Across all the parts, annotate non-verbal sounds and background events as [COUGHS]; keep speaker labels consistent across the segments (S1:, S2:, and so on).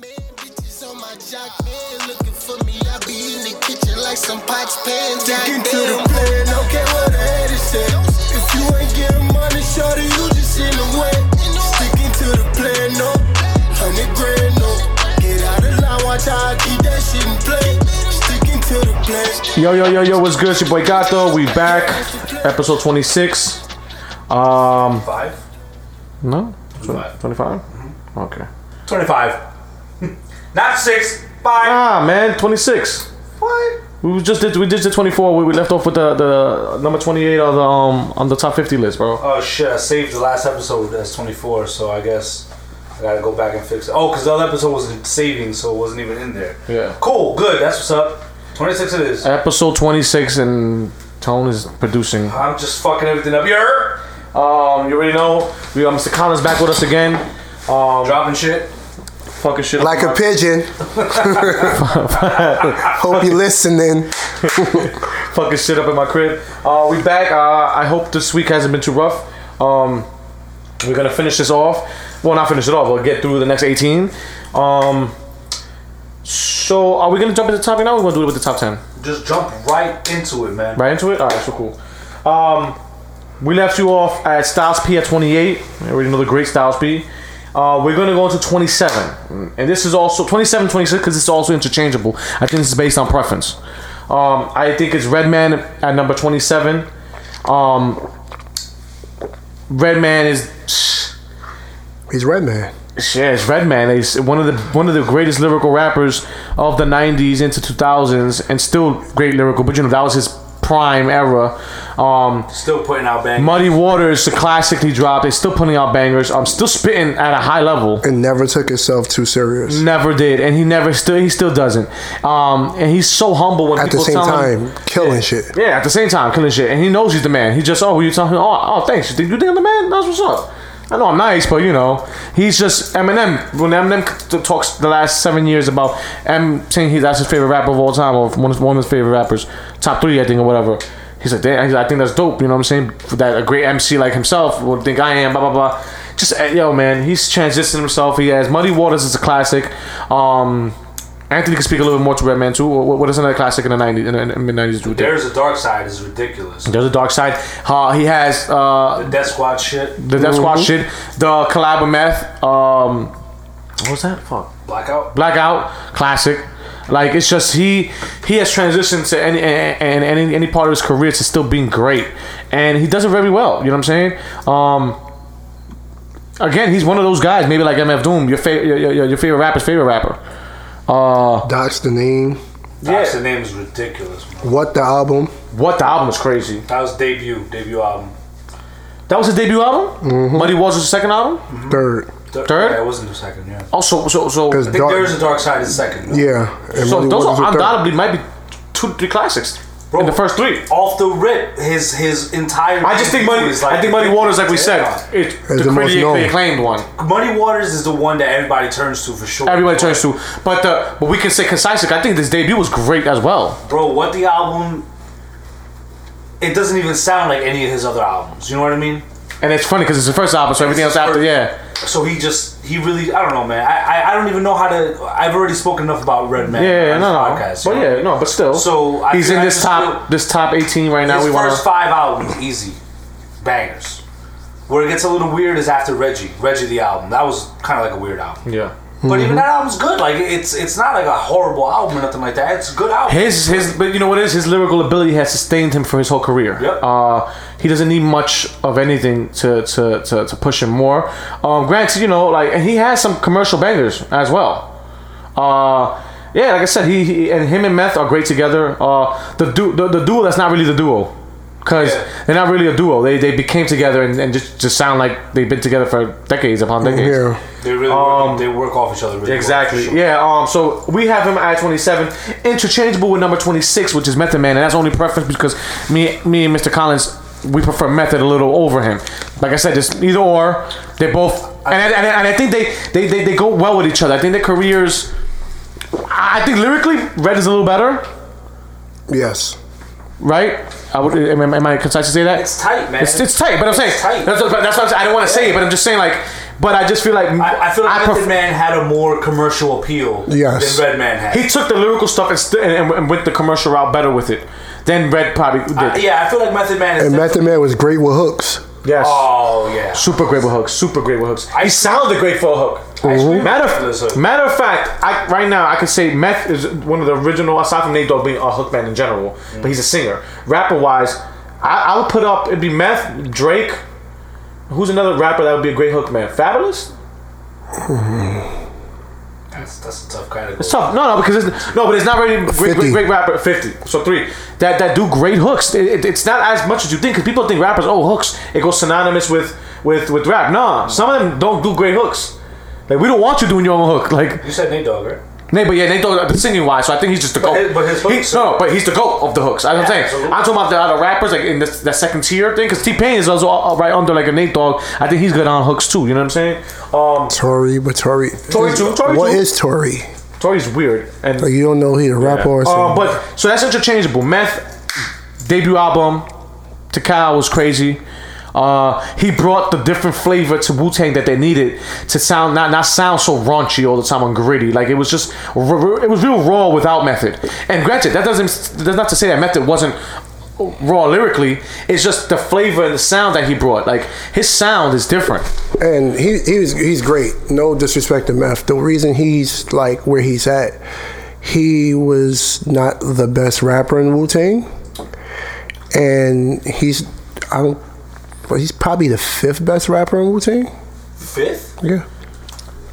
S1: Man, bitches on my jock, man, looking for me. I be in the kitchen like some pots pan.
S2: Sticking to the plan, don't care what the haters say. If you ain't getting money, shorty, you just in the way. Sticking to the plan, no. Hundred grand, no. Get out of line, watch how I keep that shit in play. Sticking to the plan.
S3: Yo, yo, yo, yo, what's good? It's your boy Gato. We back. Episode 26. Um,
S4: Five?
S3: no?
S4: Five.
S3: 25? Okay.
S4: 25. [LAUGHS] Not six, five.
S3: Ah, man, 26.
S4: What?
S3: We just did, we did the 24. We, we left off with the, the number 28 on the, um, on the top 50 list, bro.
S4: Oh shit, I saved the last episode as 24, so I guess I gotta go back and fix it. Oh, because the other episode was in saving, so it wasn't even in there.
S3: Yeah. Uh.
S4: Cool, good, that's what's up. 26 it is.
S3: Episode 26 and Tone is producing.
S4: I'm just fucking everything up. You're
S3: Um, you already know. We got Mr. Collins back with us again. Um,
S4: dropping shit.
S3: fucking shit.
S2: Like a pigeon.
S3: [LAUGHS]
S2: [LAUGHS] Hope you listening.
S3: [LAUGHS] fucking shit up in my crib. Uh, we back. Uh, I hope this week hasn't been too rough. Um, we're gonna finish this off. Well, not finish it off. We'll get through the next eighteen. Um, so, are we gonna jump into the topic now? Or we're gonna do it with the top ten.
S4: Just jump right into it, man.
S3: Right into it. All right, so cool. Um, we left you off at Styles P at twenty eight. We already know the great Styles P. Uh, we're going to go into 27. And this is also 27, 26, because it's also interchangeable. I think this is based on preference. Um, I think it's Redman at number 27. Um, Redman is
S2: He's red man.
S3: yeah, it's Redman. He's one of the one of the greatest lyrical rappers of the '90s into 2000s, and still great lyrical. But you know that was his prime era. Um,
S4: Still putting out bang.
S3: Muddy Waters, the classic he dropped. They're still putting out bangers. I'm still spitting at a high level.
S2: And never took himself too serious.
S3: Never did, and he never still he still doesn't. Um, and he's so humble when
S2: At the
S3: people
S2: same
S3: tell him-
S2: time, killing shit.
S3: yeah, at the same time, killing shit. And he knows he's the man. He just, oh, you tell him, oh, oh, thanks. You think, you think I'm the man? That's what's up. I know I'm nice, but you know, he's just Eminem. When Eminem t- talks the last seven years about M saying he that's his favorite rapper of all time, or one of, one of his favorite rappers, top three, I think, or whatever. He's like, damn, he's like, I think that's dope. You know what I'm saying? That a great MC like himself would think I am. Blah blah blah. Just eh, yo, man, he's transitioning himself. He has Muddy Waters is a classic. Um, Anthony can speak a little bit more to Redman too. What, what is another classic in the '90s, in the mid '90s? dude?
S4: There's a dark side, is ridiculous.
S3: There's a dark side. Uh, he has uh,
S4: Death Squad shit.
S3: the Death Squad shit, the collab with Meth. Um, what was that? Fuck.
S4: Blackout.
S3: Blackout, classic. Like it's just he he has transitioned to any and any any part of his career to still being great, and he does it very well. You know what I'm saying? Um, again, he's one of those guys. Maybe like MF Doom, your favorite your, your, your favorite rapper's favorite rapper. Uh,
S2: Docs the name.
S4: That's the name is ridiculous, man.
S2: What the album?
S3: what the album is crazy.
S4: That was debut, debut album.
S3: That was his debut album. Muddy Waters' second album.
S2: Third.
S4: Th-
S3: Third?
S4: Yeah, it wasn't the second, yeah.
S3: Oh, so so so.
S2: 'Cause
S4: I think there is a dark side in second. though.
S2: Yeah. And
S3: So
S2: Muddy
S3: those
S2: Waters
S3: are
S2: was third.
S3: undoubtedly might be two, three classics
S4: Bro.
S3: in the first three.
S4: Off the rip, his his entire.
S3: I just think Muddy.
S4: is like-
S3: I think Muddy Waters, like we said, it's the,
S2: the most
S3: critically
S2: known.
S3: acclaimed one.
S4: Muddy Waters is the one that everybody turns to for sure.
S3: Everybody turns to, but the but we can say concise. I think this debut was great as well.
S4: Bro, what the album? It doesn't even sound like any of his other albums. You know what I mean?
S3: And it's funny because it's the first album, so everything else
S4: It's
S3: after,
S4: first.
S3: yeah,
S4: So he just he really I don't know, man. I I, I don't even know how to. I've already spoken enough about Redman.
S3: yeah,
S4: on
S3: no, no,
S4: this podcast,
S3: but
S4: you know?
S3: yeah, no, but still,
S4: So, I
S3: he's
S4: think
S3: in
S4: I
S3: this
S4: just
S3: top
S4: feel-
S3: this top eighteen right now.
S4: His
S3: We want
S4: first five albums easy, bangers. Where it gets a little weird is after Reggie, Reggie the album. That was kind of like a weird album.
S3: yeah.
S4: But
S3: Mm-hmm.
S4: even that album's good. Like it's it's not like a horrible album or nothing like that. It's a good album.
S3: His his, but you know what it is his lyrical ability has sustained him for his whole career.
S4: Yep.
S3: Uh, he doesn't need much of anything to to, to, to push him more. Um, granted, you know, like and he has some commercial bangers as well. Uh, yeah, like I said, he, he and him and Meth are great together. Uh, the du- the, the duo that's not really the duo. Cause
S4: Yeah.
S3: they're not really a duo. They they became together and, and just, just sound like they've been together for decades upon decades.
S2: Yeah.
S4: They really
S3: Um,
S4: work, they work off each other really well,
S3: Exactly.
S4: for sure.
S3: Yeah. Um. So we have him at 27, interchangeable with number 26, which is Method Man, and that's only preference because me, me and Mr. Collins, we prefer Method a little over him. Like I said, it's either or. They both, and I, and, I, and I think they, they they they go well with each other. I think their careers. I I think lyrically, Red is a little better,
S2: Yes.
S3: right? I would. Am, am I concise to say that?
S4: It's tight, man.
S3: It's, it's tight, but I'm saying
S4: tight.
S3: that's, what- that's what I'm saying. I don't want to say it, but I'm just saying like But I just feel like
S4: I, I feel like Method
S3: pref-
S4: Man had a more commercial appeal
S5: Yes.
S4: than Red Man had.
S3: he took the lyrical stuff and, st- and, and went the commercial route better with it than Red probably did.
S4: I- yeah, I feel like Method Man is.
S5: And
S4: definitely-
S5: Method Man was great with hooks.
S3: yes.
S4: Oh yeah.
S3: Super great with hooks. Super great with hooks.
S4: I-
S3: he sounded great for a hook.
S4: Mhm.
S3: Matter,
S4: Fabulous hook.
S3: of, matter of fact, I, right now I could say Meth is one of the original, aside from Nate Dogg being a hook man in general, but he's a singer. Rapper wise, I, I would put up it'd be Meth, Drake. Who's another rapper that would be a great hook man? Fabulous?
S4: That's, that's a tough category.
S3: It's tough. No, no, because it's, no, but it's not really great,
S5: 50.
S3: great, great rapper. Fifty, so three that that do great hooks. It, it- it's not as much as you think because people think rappers. Oh, hooks. It goes synonymous with with with rap. Nah, some of them don't do great hooks. Like we don't want you doing your own hook. Like
S4: You said Nate Dogg, right?
S3: Nate, but yeah, Nate Dogg, the singing wise, so I think he's just the goat.
S4: his- but his
S3: He-
S4: hooks
S3: no, no, but he's the goat of the hooks. I'm saying.
S4: absolutely.
S3: I'm talking about the other rappers, like in this, that second tier thing, because T Pain is also all- all right under like a Nate Dogg. I think he's good on hooks too. You know what I'm saying? Um,
S5: Tory, but Tory.
S3: Tory too, Tory
S5: What
S3: too.
S5: is Tory?
S3: Tori's weird, and
S5: Like you don't know he a rapper or something.
S3: uh, but so that's interchangeable. Meth debut album, Takao was crazy. Uh, he brought the different flavor to Wu Tang that they needed to sound not not sound so raunchy all the time and gritty. Like it was just r- r- it was real raw without method. And granted, that doesn't that's not to say that method wasn't raw lyrically. It's just the flavor and the sound that he brought. Like his sound is different.
S5: and he he was he's great. No disrespect to Meth. The reason he's like where he's at, he was not the best rapper in Wu Tang, and he's I don't. Well, he's probably the fifth best rapper in Wu Tang.
S4: Fifth?
S5: Yeah,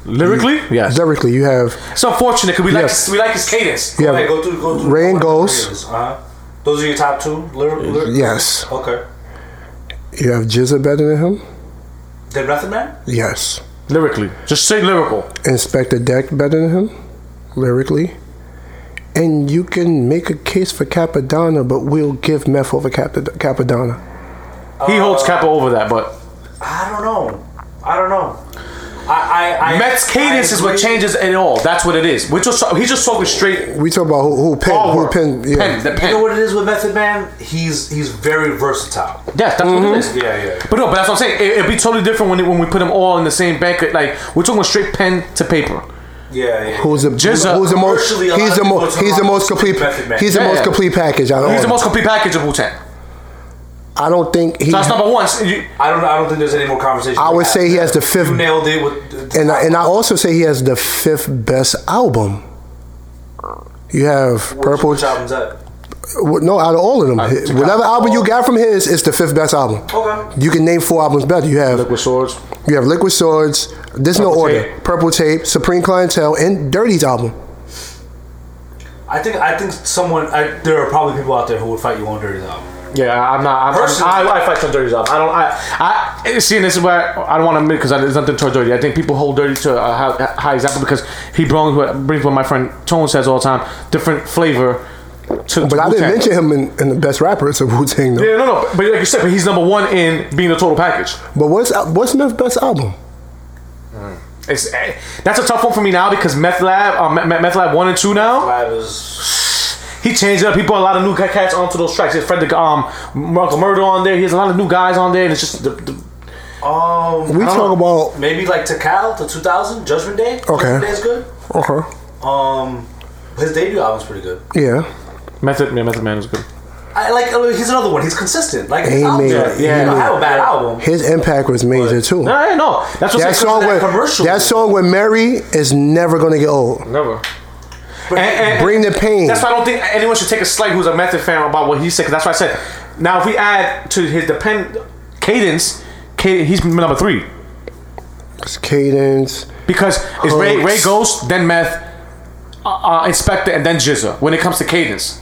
S3: Lyrically, yes.
S5: lyrically you have
S3: It's unfortunate because we like
S5: Yes.
S3: his, we like his cadence.
S5: you
S4: Okay,
S5: have
S4: go through, go through.
S5: Rain Ghost.
S4: Uh huh. Those are your top two. Lyr- lyr-
S5: yes
S4: Okay.
S5: you have Jizza better than him.
S4: Did Method Man?
S5: Yes,
S3: Lyrically, just say lyrical.
S5: Inspector Deck better than him, lyrically. And you can make a case for Capadonna, but we'll give Meth over Cap- Capadonna.
S3: He holds Kappa over that, but.
S4: I don't know. I don't know. I I, I
S3: Mets cadence
S4: I
S3: is what
S4: agree.
S3: changes it all. That's what it is. We're just he's just talking straight.
S5: We talk about who, who pen,
S3: ball
S5: who
S3: work.
S5: pen, yeah.
S3: Pen, the
S4: You
S3: pen.
S4: know what it is with Method Man? He's he's very versatile.
S3: Yes, that's what it Mm-hmm. is.
S4: Yeah, yeah, yeah.
S3: But no, but that's what I'm saying. It, it'd be totally different when, it- when we put them all in the same bank. Like we're talking straight pen to paper.
S4: Yeah, yeah.
S5: Who's the
S3: Jizza.
S5: who's the most
S4: Commercially, a lot
S5: he's
S4: of
S5: the
S4: people
S5: most
S4: talk
S5: he's the
S4: about
S5: most complete
S4: Method Man.
S5: he's the
S3: Yeah.
S5: most complete package out of all.
S3: He's the
S5: of them.
S3: most complete package of Wu Tang.
S5: I don't think he.
S3: That's number one. So you-
S4: I don't I don't think there's any more conversation.
S5: I
S4: to
S5: would
S4: have.
S5: say he has the fifth,
S4: You nailed it with
S5: and I, and I also say he has the fifth best album. You have Purple.
S4: Which album's that?
S5: No, out of all of them, whatever album you got from his, it's the fifth best album.
S4: Okay.
S5: You can name four albums better. You have
S3: Liquid swords.
S5: you have Liquid Swords. There's no
S3: Purple
S5: order.
S3: Tape.
S5: Purple Tape, Supreme Clientele, and Dirty's album.
S4: I think I think someone I, there are probably people out there who would fight you on Dirty's album.
S3: Yeah, I'm not. I'm,
S4: Personally-
S3: I'm, I, I fight some dirty stuff. I don't. I, I see, and this is where I don't want to admit because there's nothing toward dirty. I think people hold dirty to a high, high example because he brings what brings what my friend Tone says all the time: different flavor. To,
S5: But I didn't mention him in, in the best rappers of Wu Tang though.
S3: Yeah, no, no. But like you said, but he's number one in being the total package.
S5: But what's what's Meth's best album?
S3: It's eh, that's a tough one for me now because Meth Lab, uh, Meth, Meth Lab one and two now.
S4: Live is
S3: He changed it up. He put a lot of new cats onto those tracks. He had Fred the um Michael Murder on there. He has a lot of new guys on there, and it's just the, the
S4: um
S5: We
S3: don't
S5: talk about
S4: maybe like Takal the 2000 Judgment Day.
S5: Okay.
S4: Judgment Day is good.
S5: okay,
S4: Um, his debut album's pretty good.
S5: yeah.
S3: Method. Yeah, Method Man is good.
S4: I like. uh, He's another one. He's consistent. Like his
S5: He
S4: album,
S5: made-
S4: yeah,
S5: he
S4: yeah.
S5: made-
S4: I have a bad album.
S5: His impact was major too.
S3: No, I know. That's what's
S5: That
S3: because of
S5: song
S3: that
S5: with
S3: commercial.
S5: that song with Mary is never gonna get old.
S3: never.
S4: But
S3: And- and-
S5: Bring the pain.
S3: That's why I don't think anyone should take a slight who's a Method fan about what he said. 'cause that's why I said. Now, if we add to his depend cadence, cadence, he's number three.
S5: It's cadence.
S3: Because it's Ray,
S5: Hooks.
S3: Ray Ghost, then Meth, uh, uh, Inspector, and then Jizza when it comes to cadence.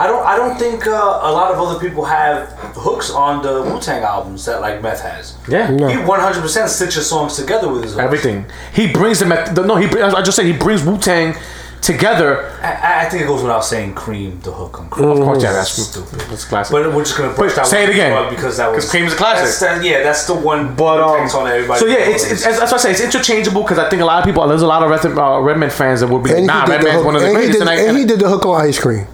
S4: I don't. I don't think uh, a lot of other people have hooks on the Wu Tang albums that like Meth has.
S3: Yeah.
S5: No.
S4: He 100 percent stitches songs together with his hooks.
S3: Everything. He brings the Meth. The, no, he. br- I just said he brings Wu Tang together.
S4: I, I think it goes without saying. Cream the hook on Cream.
S3: Of
S5: Oh,
S3: course, yeah, that's
S4: stupid.
S3: That's classic.
S4: But we're just gonna push
S3: But
S4: that
S3: say Mm.
S4: one
S3: it again.
S4: drug because that was
S3: 'Cause Cream is a classic.
S4: That's, that, yeah, that's the one.
S3: But um,
S4: on everybody.
S3: so yeah, it's, it's that's what I say. It's interchangeable because I think a lot of people. There's a lot of Red, uh, Redman fans that would be like,
S5: And
S3: nah.
S5: he did the
S3: Redman's
S5: hook.
S3: one of the
S5: and, he
S3: greatest.
S5: did,
S3: and I-
S5: and he
S3: and-
S5: did the hook on ice cream.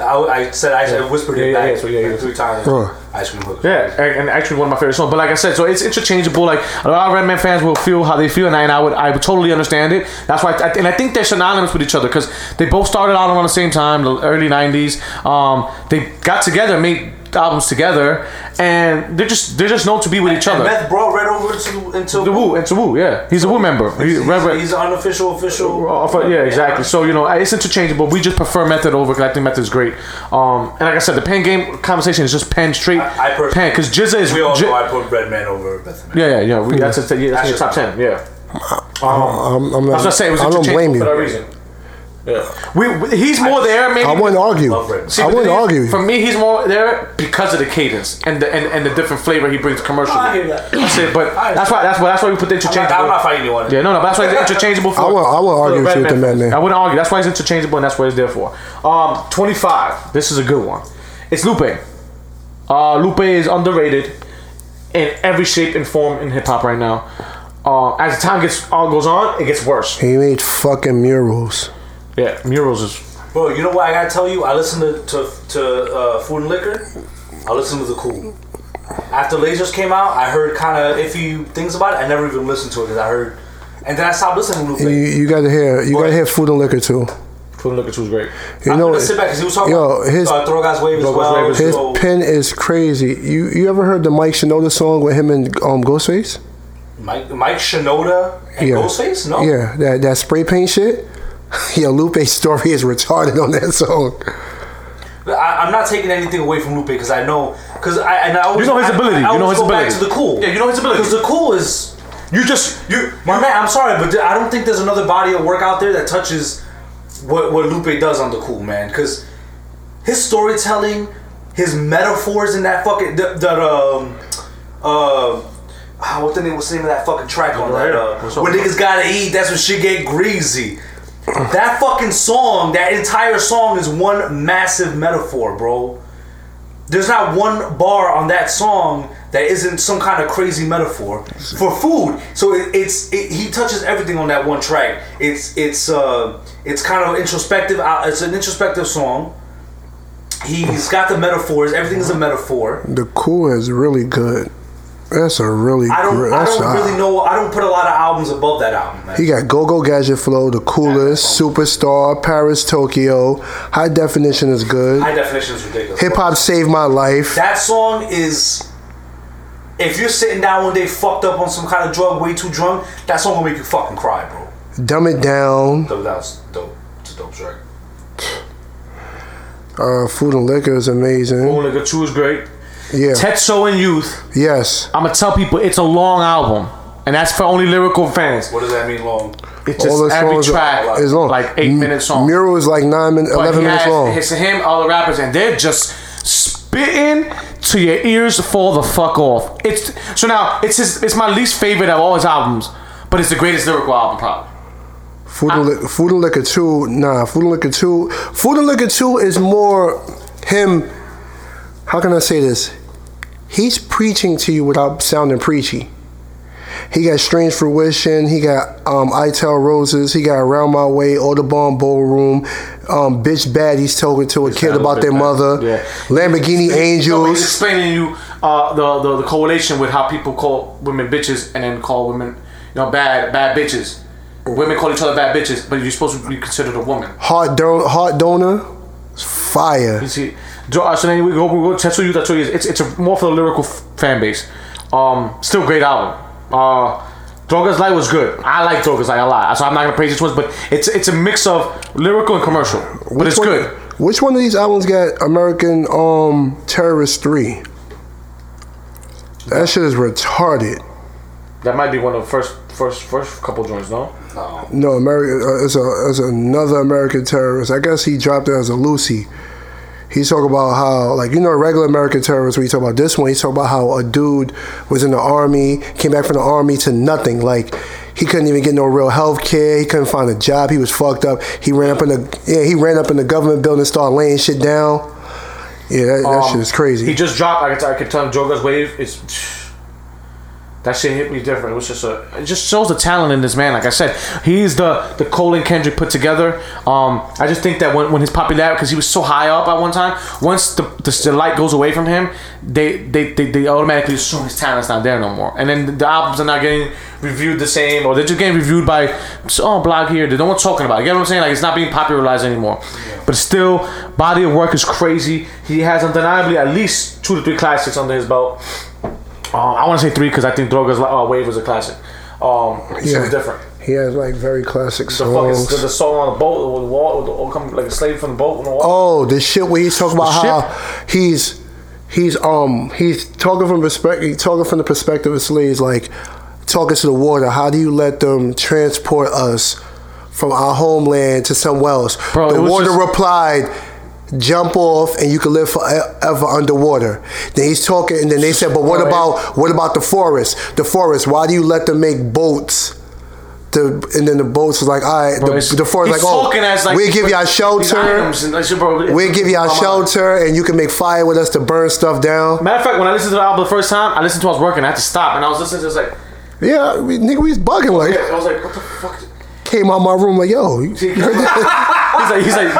S4: I, I said I, I whispered it
S3: Yeah, yeah,
S4: back
S3: yeah, so yeah, yeah.
S4: three times.
S3: Oh.
S5: Huh.
S4: Ice cream hook.
S3: Yeah, and and actually one of my favorite songs. But like I said, so it's interchangeable. Like a lot of Redman fans will feel how they feel, and I, and I would I would totally understand it. That's why, I, and I think they're synonymous with each other because they both started out around the same time, the early '90s. Um, they got together, made albums together, and they're just they're just known to be with each
S4: And
S3: other.
S4: Meth brought Red over to into
S3: The Woo, it's a Woo, yeah. He's a Woo member. He,
S4: He's,
S3: Red, Red,
S4: he's an unofficial official.
S3: Well, for- yeah, exactly. So you know, it's interchangeable. We just prefer method over because I think method is great. Um, and like I said, the pen game conversation is just pen straight
S4: I- I personally-
S3: pen because Jizza is
S4: We all
S3: Ji-
S4: know I put Redman over Bethman.
S3: yeah, yeah, yeah. We, that's a, yeah, that's in your
S4: That's just-
S3: top ten. Yeah, Uh-huh.
S5: I'm, I'm
S3: I
S5: not,
S3: was gonna say it was
S5: I don't blame
S3: interchangeable
S5: you.
S3: for that reason. Yeah, we, we- he's more there. Maybe
S5: I wouldn't argue.
S4: Love Redman.
S5: I
S3: but the
S5: wouldn't
S3: thing is,
S5: argue.
S3: For me, he's more there because of the cadence and the and, and the different flavor he brings commercially.
S4: I hear that.
S3: That's it, but
S4: I hear
S3: that's why that's why that's why we put the
S4: I'm
S3: interchangeable.
S4: not, I'm not fighting anyone.
S3: Yeah, no, no. but That's why it's interchangeable. For,
S5: I will- I will
S3: for
S5: argue with you with the
S3: Redman fans.
S5: Madman.
S3: I wouldn't argue. That's why it's interchangeable, and that's what it's there for. Um, twenty-five. This is a good one. It's Lupe. Uh, Lupe is underrated in every shape and form in hip hop right now. Uh, as the time gets all goes on, it gets worse.
S5: He made fucking murals.
S3: Yeah, murals is
S4: Bro, you know what I gotta tell you? I listened to to, to uh, Food and Liquor. I listened to the Cool. After Lasers came out, I heard kind of iffy things about it. I never even listened to it because I heard, and then I stopped listening to
S5: You,
S4: Lupe.
S5: you gotta hear. You gotta hear food and liquor too.
S3: Food and Liquor Two's great.
S5: You
S4: I'm
S5: know,
S4: gonna sit back because he was talking
S5: yo,
S4: about
S5: his-
S4: uh, Throw Guys Wave as
S3: Throw Guys
S4: well.
S3: Wave is-
S5: his
S4: so,
S5: pen is crazy. You you ever heard the Mike Shinoda song with him and um Ghostface?
S4: Mike, Mike Shinoda and
S5: Yeah.
S4: Ghostface? No.
S5: Yeah, that that spray paint shit. [LAUGHS] Yo, Lupe's story is retarded on that song.
S4: I, I'm not taking anything away from Lupe because I know. Because I, and I always.
S3: You know his
S4: I-
S3: ability.
S4: I,
S3: You know
S4: always
S3: his
S4: go
S3: ability.
S4: back to the Cool.
S3: Yeah, you know his ability.
S4: Because the Cool is.
S3: You just you.
S4: My man, I'm sorry, but I don't think there's another body of work out there that touches what what Lupe does on the cool man. Because his storytelling, his metaphors in that fucking that, that um uh. ah, What the name? What's the name of that fucking track on that? Uh,
S3: What's up?
S4: when niggas gotta eat, that's when shit get greasy. That fucking song, that entire song is one massive metaphor, bro. There's not one bar on that song that isn't some kind of crazy metaphor for food. So it, it's it, he touches everything on that one track. It's it's uh it's kind of introspective. uh, It's an introspective song. He's got the metaphors. Everything is a metaphor.
S5: The cool is really good. That's a really.
S4: I don't
S5: gr-
S4: I
S5: that's
S4: don't
S5: a-
S4: really know. I don't put a lot of albums above that album. Man.
S5: He got Go Go Gadget Flow, The Coolest, Superstar, Paris, Tokyo. High Definition is good.
S4: High definition is ridiculous.
S5: Hip Hop Saved My Life.
S4: That song is. If you're sitting down one day fucked up on some kind of drug, way too drunk, that song will make you fucking cry, bro.
S5: Dumb It Down.
S4: That was dope. It's a dope track.
S5: Uh, Food and Liquor is
S3: Food
S5: amazing.
S3: and Liquor Two is great.
S5: Yeah.
S3: Tetso and Youth.
S5: Yes.
S3: I'm gonna tell people it's a long album, and that's for only lyrical fans.
S4: What does that mean, [LAUGHS] long?
S3: It's just every track is like eight
S5: M-
S3: minutes long.
S5: Mural is like nine minutes,
S3: But
S5: eleven
S3: he
S5: minutes
S3: has-
S5: long.
S3: It's him, all the rappers, and they're just spitting to your ears fall the fuck off. It's so now it's his, it's my least favorite of all his albums, but it's the greatest lyrical album probably.
S5: Food and, Li- Food and Liquor Two. Nah, Food and Liquor Two. Food and Liquor Two is more him. How can I say this? He's preaching to you without sounding preachy. He got Strange Fruition. He got um, I Tell Roses. He got Around My Way, Audubon Ballroom, um, Bitch Bad. He's talking to a kid
S3: bad,
S5: about
S3: bitch
S5: their
S3: bad.
S5: mother.
S3: Yeah.
S5: Lamborghini
S3: No, he's
S5: Angels.
S3: explaining you uh, the, the the correlation with how people call women bitches and then call women you know bad bad bitches. Women call each other bad bitches, but you're supposed to be considered a woman.
S5: Heart, don- heart Donor. Fire.
S3: You see, so uh, so then we go, we go Tetsu Youth. That's what it is. It's it's a, more for the lyrical f- fan base. Um, still great album. Uh, Droga's Light was good. I like Droga's Light a lot, so I'm not gonna praise it once, but it's it's a mix of lyrical and commercial, but it's
S5: Which one-
S3: good.
S5: Which one of these albums got American um Terrorist Three? That shit is retarded.
S3: That might be one of the first first first couple joints, no?
S4: No.
S5: No, American uh, it's a it's another American terrorist. I guess he dropped it as a Lucy. He's talking about how, like, you know, regular American terrorists, we talk about this one. He's talking about how a dude was in the army, came back from the army to nothing. Like, he couldn't even get no real health care. He couldn't find a job. He was fucked up. He ran up in the, yeah, he ran up in the government building, started laying shit down. Yeah, that, that
S3: Um,
S5: shit is crazy.
S3: He just dropped. I could I could tell him Droga's Wave is. That shit hit me different. It was just a. It just shows the talent in this man. Like I said, he's the the Cole and Kendrick put together. Um, I just think that when, when his popularity, because he was so high up at one time, once the, the the light goes away from him, they they, they they automatically assume his talent's not there no more. And then the albums are not getting reviewed the same, or they're just getting reviewed by oh blog here. They no one's talking about. It. You get what I'm saying? Like it's not being popularized anymore. But still, body of work is crazy. He has undeniably at least two to three classics under his belt. Um, I want to say three because I think Droga's uh, Wave was a classic. Um, he was different.
S5: He has like very classic
S3: The fucking
S5: songs.
S3: the, the song on the boat with the wall, with the, all come like a slave from the boat on the wall.
S5: Oh, the shit where he's talking
S3: The
S5: about
S3: ship?
S5: how he's he's um he's talking from perspective talking from the perspective of slaves, like talking to the water. How do you let them transport us from our homeland to somewhere else?
S3: Bro, it
S5: the
S3: was
S5: water
S3: just-
S5: replied. Jump off, and you can live forever underwater. Then he's talking, and then they said, "But what
S3: Bro, it-
S5: about what about the forest? The forest? Why do you let them make boats?" The, and then the boats was like, "All right,
S3: Bro,
S5: the,
S3: it's-
S5: the forest
S3: he's
S5: like, oh,
S3: talking as, like,
S5: we give y'all
S3: these
S5: shelter,
S3: items and, like, shit, bro, it-
S5: we give y'all
S3: my mind.
S5: shelter, and you can make fire with us to burn stuff down.
S3: Matter of fact, when I listened to the album the first time, I listened to it, I was working. I had to stop, and I was listening to it, I was like,
S5: Yeah, we, nigga, we was bugging. Like,
S3: I was like, what the fuck?
S5: came out my room like, yo, you-
S3: he's like, he's
S5: [LAUGHS]
S3: like,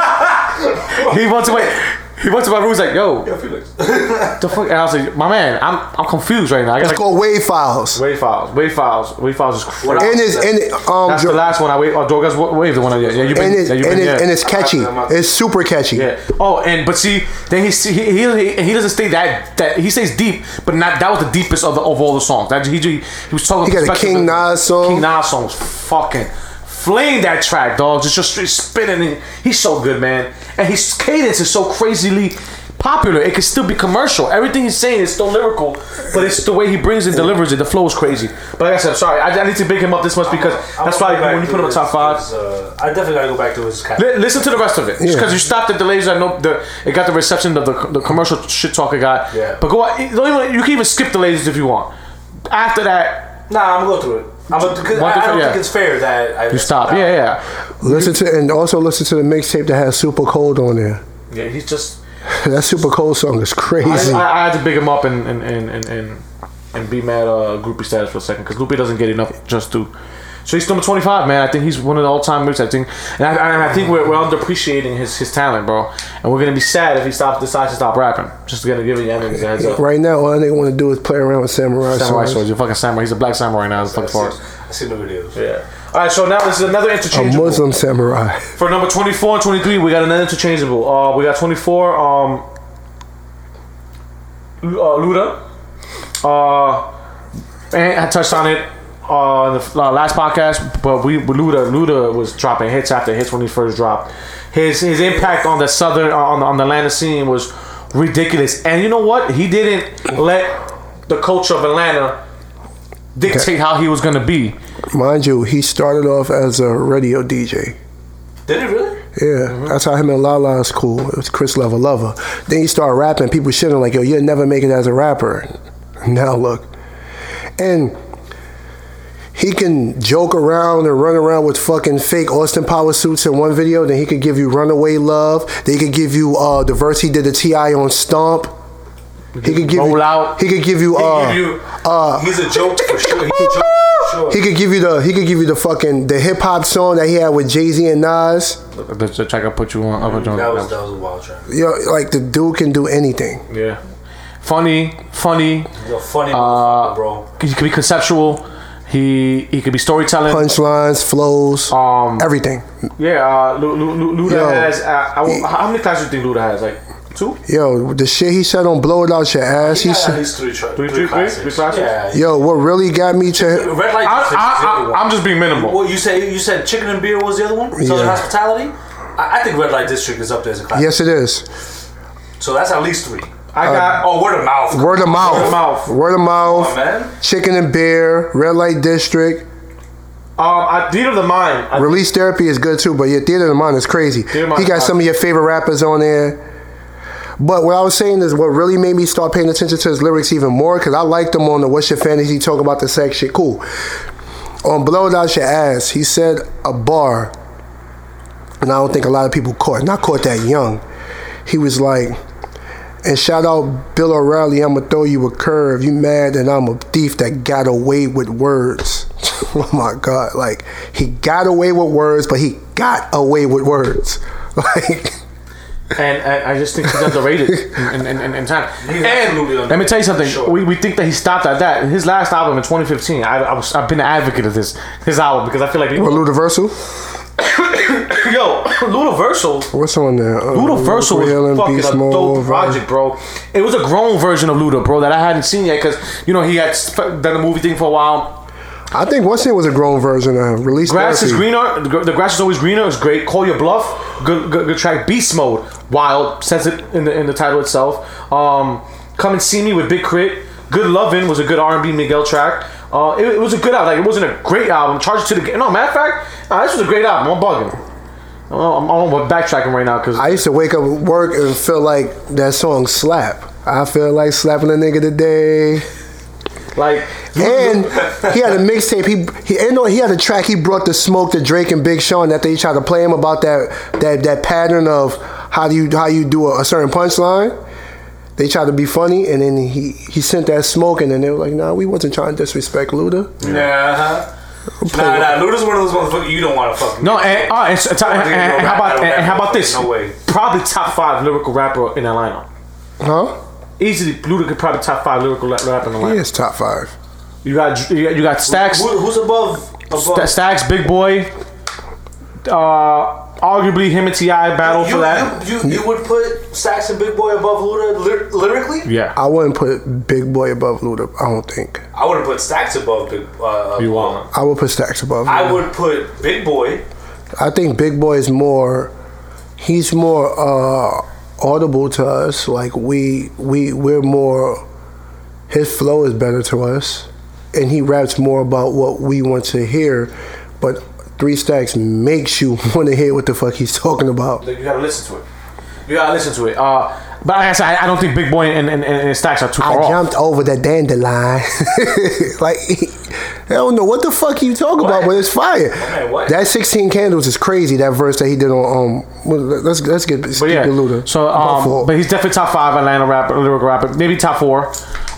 S3: he went to my, he went to my room. He's like, yo,
S4: [LAUGHS]
S3: the fuck? And I was like, my man, I'm, I'm confused right now. I got
S5: it's
S3: like,
S5: called wave files.
S3: wave files, wave files, wave files is crazy.
S5: And it's and it, um,
S3: That's the
S5: Dro-
S3: last one I wait. Oh, Drogas Wa- Wave, the one I yeah, yeah, you've been,
S5: and it's
S3: yeah,
S5: and
S3: you've been,
S5: it's,
S3: yeah.
S5: and it's catchy.
S4: I'm out.
S5: It's super catchy.
S3: Yeah. Oh, and but see, then he see, he, he he doesn't stay that that he stays deep, but not that was the deepest of the, of all the songs. That he he was talking.
S5: He got a
S3: perspective-
S5: King Nas song.
S3: King Nas song was fucking flaying that track, dog. Just just straight spinning. it. He's so good, man, and his cadence is so crazily. Popular, it could still be commercial. Everything he's saying is still lyrical, but it's the way he brings and delivers it. The flow is crazy. But like I said, I'm sorry, I, I need to big him up this much because
S4: I'm
S3: that's
S4: gonna
S3: why
S4: go back
S3: when you
S4: to
S3: put him in
S4: his-
S3: top five,
S4: his, uh, I definitely gotta go back to his cat.
S3: Li- Listen to the rest of it, because
S5: Yeah.
S3: you stopped at the laser. I know the it got the reception of the, the commercial shit talk it got.
S4: Yeah.
S3: But go out. Don't even, you can even skip the lasers if you want. After that,
S4: Nah, I'm gonna go through it. I'm gonna, cause
S3: One
S4: I,
S3: through
S4: I don't
S3: three,
S4: think
S3: yeah.
S4: it's fair that I
S3: you stop. Yeah, yeah.
S5: Listen to and also listen to the mixtape that has super cold on there. [LAUGHS]
S3: Yeah, he's just.
S5: that super cold song is
S3: I,
S5: crazy.
S3: I, I had to big him up and and and and and, and be mad uh, groupie status for a second because Lupe doesn't get enough just to. So he's number twenty five, man. I think he's one of the all time greats. I think, and I, and I think we're, we're underappreciating his, his talent, bro. And we're gonna be sad if he stops decides to stop rapping. Just gonna give you a heads up.
S5: right now, all they want to do is play around with samurai,
S3: Samurai
S5: songs.
S3: sword. You're fucking samurai. He's a black samurai now. It's fucking far.
S4: I seen the videos.
S3: Yeah. All right. So now this is another
S5: A
S3: interchangeable.
S5: Muslim samurai.
S3: For number 24 and 23, we got another interchangeable. Uh, we got 24. Um, Lu- uh, Luda. Uh, and I touched on it uh, in the f- uh, last podcast, but we Luda Luda was dropping hits after hits when he first dropped. His his impact on the southern uh, on the, on the Atlanta scene was ridiculous. And you know what? He didn't let the culture of Atlanta dictate how he was gonna be.
S5: Mind you, he started off as a radio DJ.
S4: Did it really?
S5: Yeah, that's how him and Lala is cool. It was Chris Lava Lava. Then he started rapping. People shitting like, yo, you'll never make it as a rapper. Now look. And he can joke around and run around with fucking fake Austin Power suits in one video. Then he could give you Runaway Love. Then he could give you uh, the verse he did the T.I. on Stomp. He could give
S3: Roll
S5: you,
S3: Out.
S5: He could give you.
S4: He
S5: Uh,
S4: give you, he's a joke for sure. He's a
S3: [LAUGHS]
S4: joke for sure.
S5: he could give you the. He could give you the fucking the hip hop song that he had with Jay Z and Nas.
S3: The, the track I put you on. I put you on.
S4: that was that was a wild track.
S5: Yo, like the dude can do anything.
S3: Yeah. Funny, funny.
S4: He's a
S3: Uh,
S4: funny motherfucker, bro.
S3: He could be conceptual. He he could be storytelling.
S5: punchlines, flows,
S3: Um,
S5: everything.
S3: Yeah. Uh, Lu, Lu, Lu, Luda
S5: Yo.
S3: has. Uh, I, will- how many classes do you think Luda has? Like two,
S5: Yo, the shit he said on blow it out your ass.
S4: He
S5: He
S4: had at
S5: said,
S4: least three, tra-
S3: Three-
S4: three,
S3: three- three-
S4: classics.
S3: three classics?
S4: Yeah.
S5: yo, what really got me to
S4: Red light.
S3: I,
S4: district is the other
S3: I,
S4: one.
S3: I, I'm just being minimal.
S4: Well, you say you said chicken and beer was the other one. Southern
S5: Yeah.
S4: hospitality. I, I think red light district is up there as a classic.
S5: yes, it is.
S4: So that's at least three.
S3: I
S5: Uh,
S3: got.
S4: Oh, word of mouth.
S5: Word of mouth.
S3: Word of mouth.
S5: Word of
S4: Oh,
S5: mouth.
S4: man.
S5: Chicken and beer. Red light district.
S3: um, I, Theater of the Mind. I,
S5: Release therapy is good too, but your theater of the mind is crazy.
S3: of the Mind
S5: He got
S3: is
S5: some of your favorite rappers on there. But what I was saying is what really made me start paying attention to his lyrics even more because I liked them on the What's Your Fantasy Talk About the Sex shit. Cool. On Blow It Out Your Ass, he said a bar, and I don't think a lot of people caught, and I caught that young. He was like, And shout out Bill O'Reilly, I'ma throw you a curve. You mad and I'm a thief that got away with words. [LAUGHS] oh my god, like he got away with words, but he got away with words. [LAUGHS] Like
S3: and I, I just think he's
S5: [LAUGHS]
S3: underrated in, in, in, in time.
S4: He's absolutely
S3: and let me
S4: underrated,
S3: tell you something.
S4: for sure.
S3: We, we think that he stopped at that. His last album in 2015. I, I was, I've been an advocate of this his album because I feel like
S5: Well, Ludiversal?
S4: [COUGHS]
S3: yo Ludiversal.
S5: What's on there? Uh,
S3: Ludiversal
S5: Real
S3: was
S5: and
S3: fucking
S5: Beast
S3: a
S5: Mode,
S3: dope
S5: right?
S3: project, bro. It was a grown version of Luda, bro, that I hadn't seen yet because you know he had sp- done the movie thing for a while.
S5: I think what's it was a grown version of release.
S3: Grass is
S5: Therapy.
S3: greener. The gr- the grass is always greener. It's great. Call your bluff. Good, good, good track. Beast mode. Wild says it in the in the title itself. Um, come and see me with Big Crit. Good lovin' was a good R and B Miguel track. Uh, it, it was a good album. Like it wasn't a great album. Charge it to the g- no. Matter of fact, nah, this was a great album. I'm bugging. Oh, I'm, I'm backtracking right now because
S5: I used to wake up at work and feel like that song slap. I feel like slapping a nigga today.
S3: like
S4: [LAUGHS]
S5: And he had a mixtape. He he and no, he had a track. He brought the smoke to Drake and Big Sean that they tried to play him about that that that pattern of how do you how you do a, a certain punchline. They tried to be funny, and then he he sent that smoke, and then they were like, "Nah, we wasn't trying to disrespect Luda."
S4: Yeah. huh Nah, nah, Luda's one of those motherfuckers you don't want to fucking.
S3: No, and, uh, and, so- and, and- and- and how about and, and how about this?
S4: No way.
S3: Probably top five lyrical rapper in Atlanta.
S5: Huh?
S3: Easily, Luda could probably top five lyrical la- rapper in Atlanta.
S5: He is top five.
S3: You got you got- you got Stacks,
S4: Who, who's above? Above.
S3: Sta- Stacks, Big Boy. Uh, arguably him and Ti battle
S4: you,
S3: for that.
S4: You, you, you would put Sax and Big Boy above Luda ly- lyrically?
S3: yeah,
S5: I wouldn't put Big Boy above Luda. I don't think.
S4: I would have put Sax above Big. Uh,
S3: you
S4: above-
S3: want?
S5: I would put Stacks above.
S4: I
S5: Luda.
S4: would put Big Boy.
S5: I think Big Boy is more. He's more uh, audible to us. Like we we we're more. His flow is better to us, and he raps more about what we want to hear. But Three Stacks makes you [LAUGHS] want to hear what the fuck he's talking about.
S3: You gotta listen to it. You gotta listen to it. Uh, but like I said, I, I don't think Big Boy and, and, and, and Stacks are too
S5: I
S3: far off.
S5: jumped over the dandelion. [LAUGHS] like, I don't know what the fuck you talk about, but it's fire.
S4: Man, what?
S5: That 16 candles is crazy. That verse that he did on um, well, let's let's get
S3: But
S5: Steve
S3: yeah,
S5: Luda.
S3: so
S5: My
S3: um,
S5: fault.
S3: but he's definitely top five Atlanta rapper, lyrical rapper, maybe top four.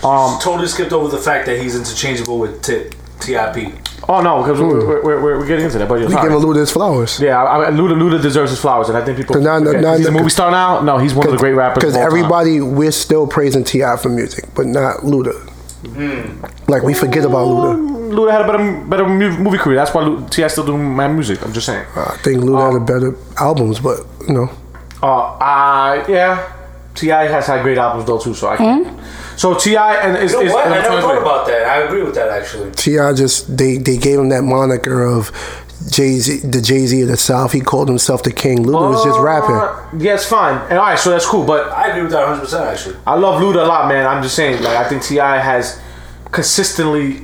S3: Um,
S4: Totally skipped over the fact that he's interchangeable with Tip. T.I.P.
S3: oh no, because we're, we're, we're, we're getting into that. But you're
S5: we giving Luda his flowers.
S3: Yeah, I, I, Luda, Luda deserves his flowers, and I think people.
S5: Cause now-
S3: forget.
S5: now-
S3: he's a movie star now. No, he's one of the great rappers.
S5: Because
S3: of all time.
S5: everybody, we're still praising Ti for music, but not Luda.
S3: Hmm.
S5: Like we forget about Luda.
S3: Luda had a better better mu- movie career. That's why Lu- T.I. still doing my music. I'm just saying.
S5: I think Luda
S3: Oh.
S5: had a better albums, but you know,
S3: Uh, I yeah. Ti has had great albums though too, so I can. So Ti and is,
S4: You
S3: is
S4: know what?
S3: and
S4: I never
S3: Twenty
S4: thought
S3: Three.
S4: about that. I agree with that actually.
S5: Ti just they they gave him that moniker of Jay Z, the Jay Z of the South. He called himself the King. Luda was just rapping.
S3: Uh, yeah, it's fine. And all right, so that's cool. But
S4: I agree with that 100 percent actually.
S3: I love Luda a lot, man. I'm just saying, like I think Ti has consistently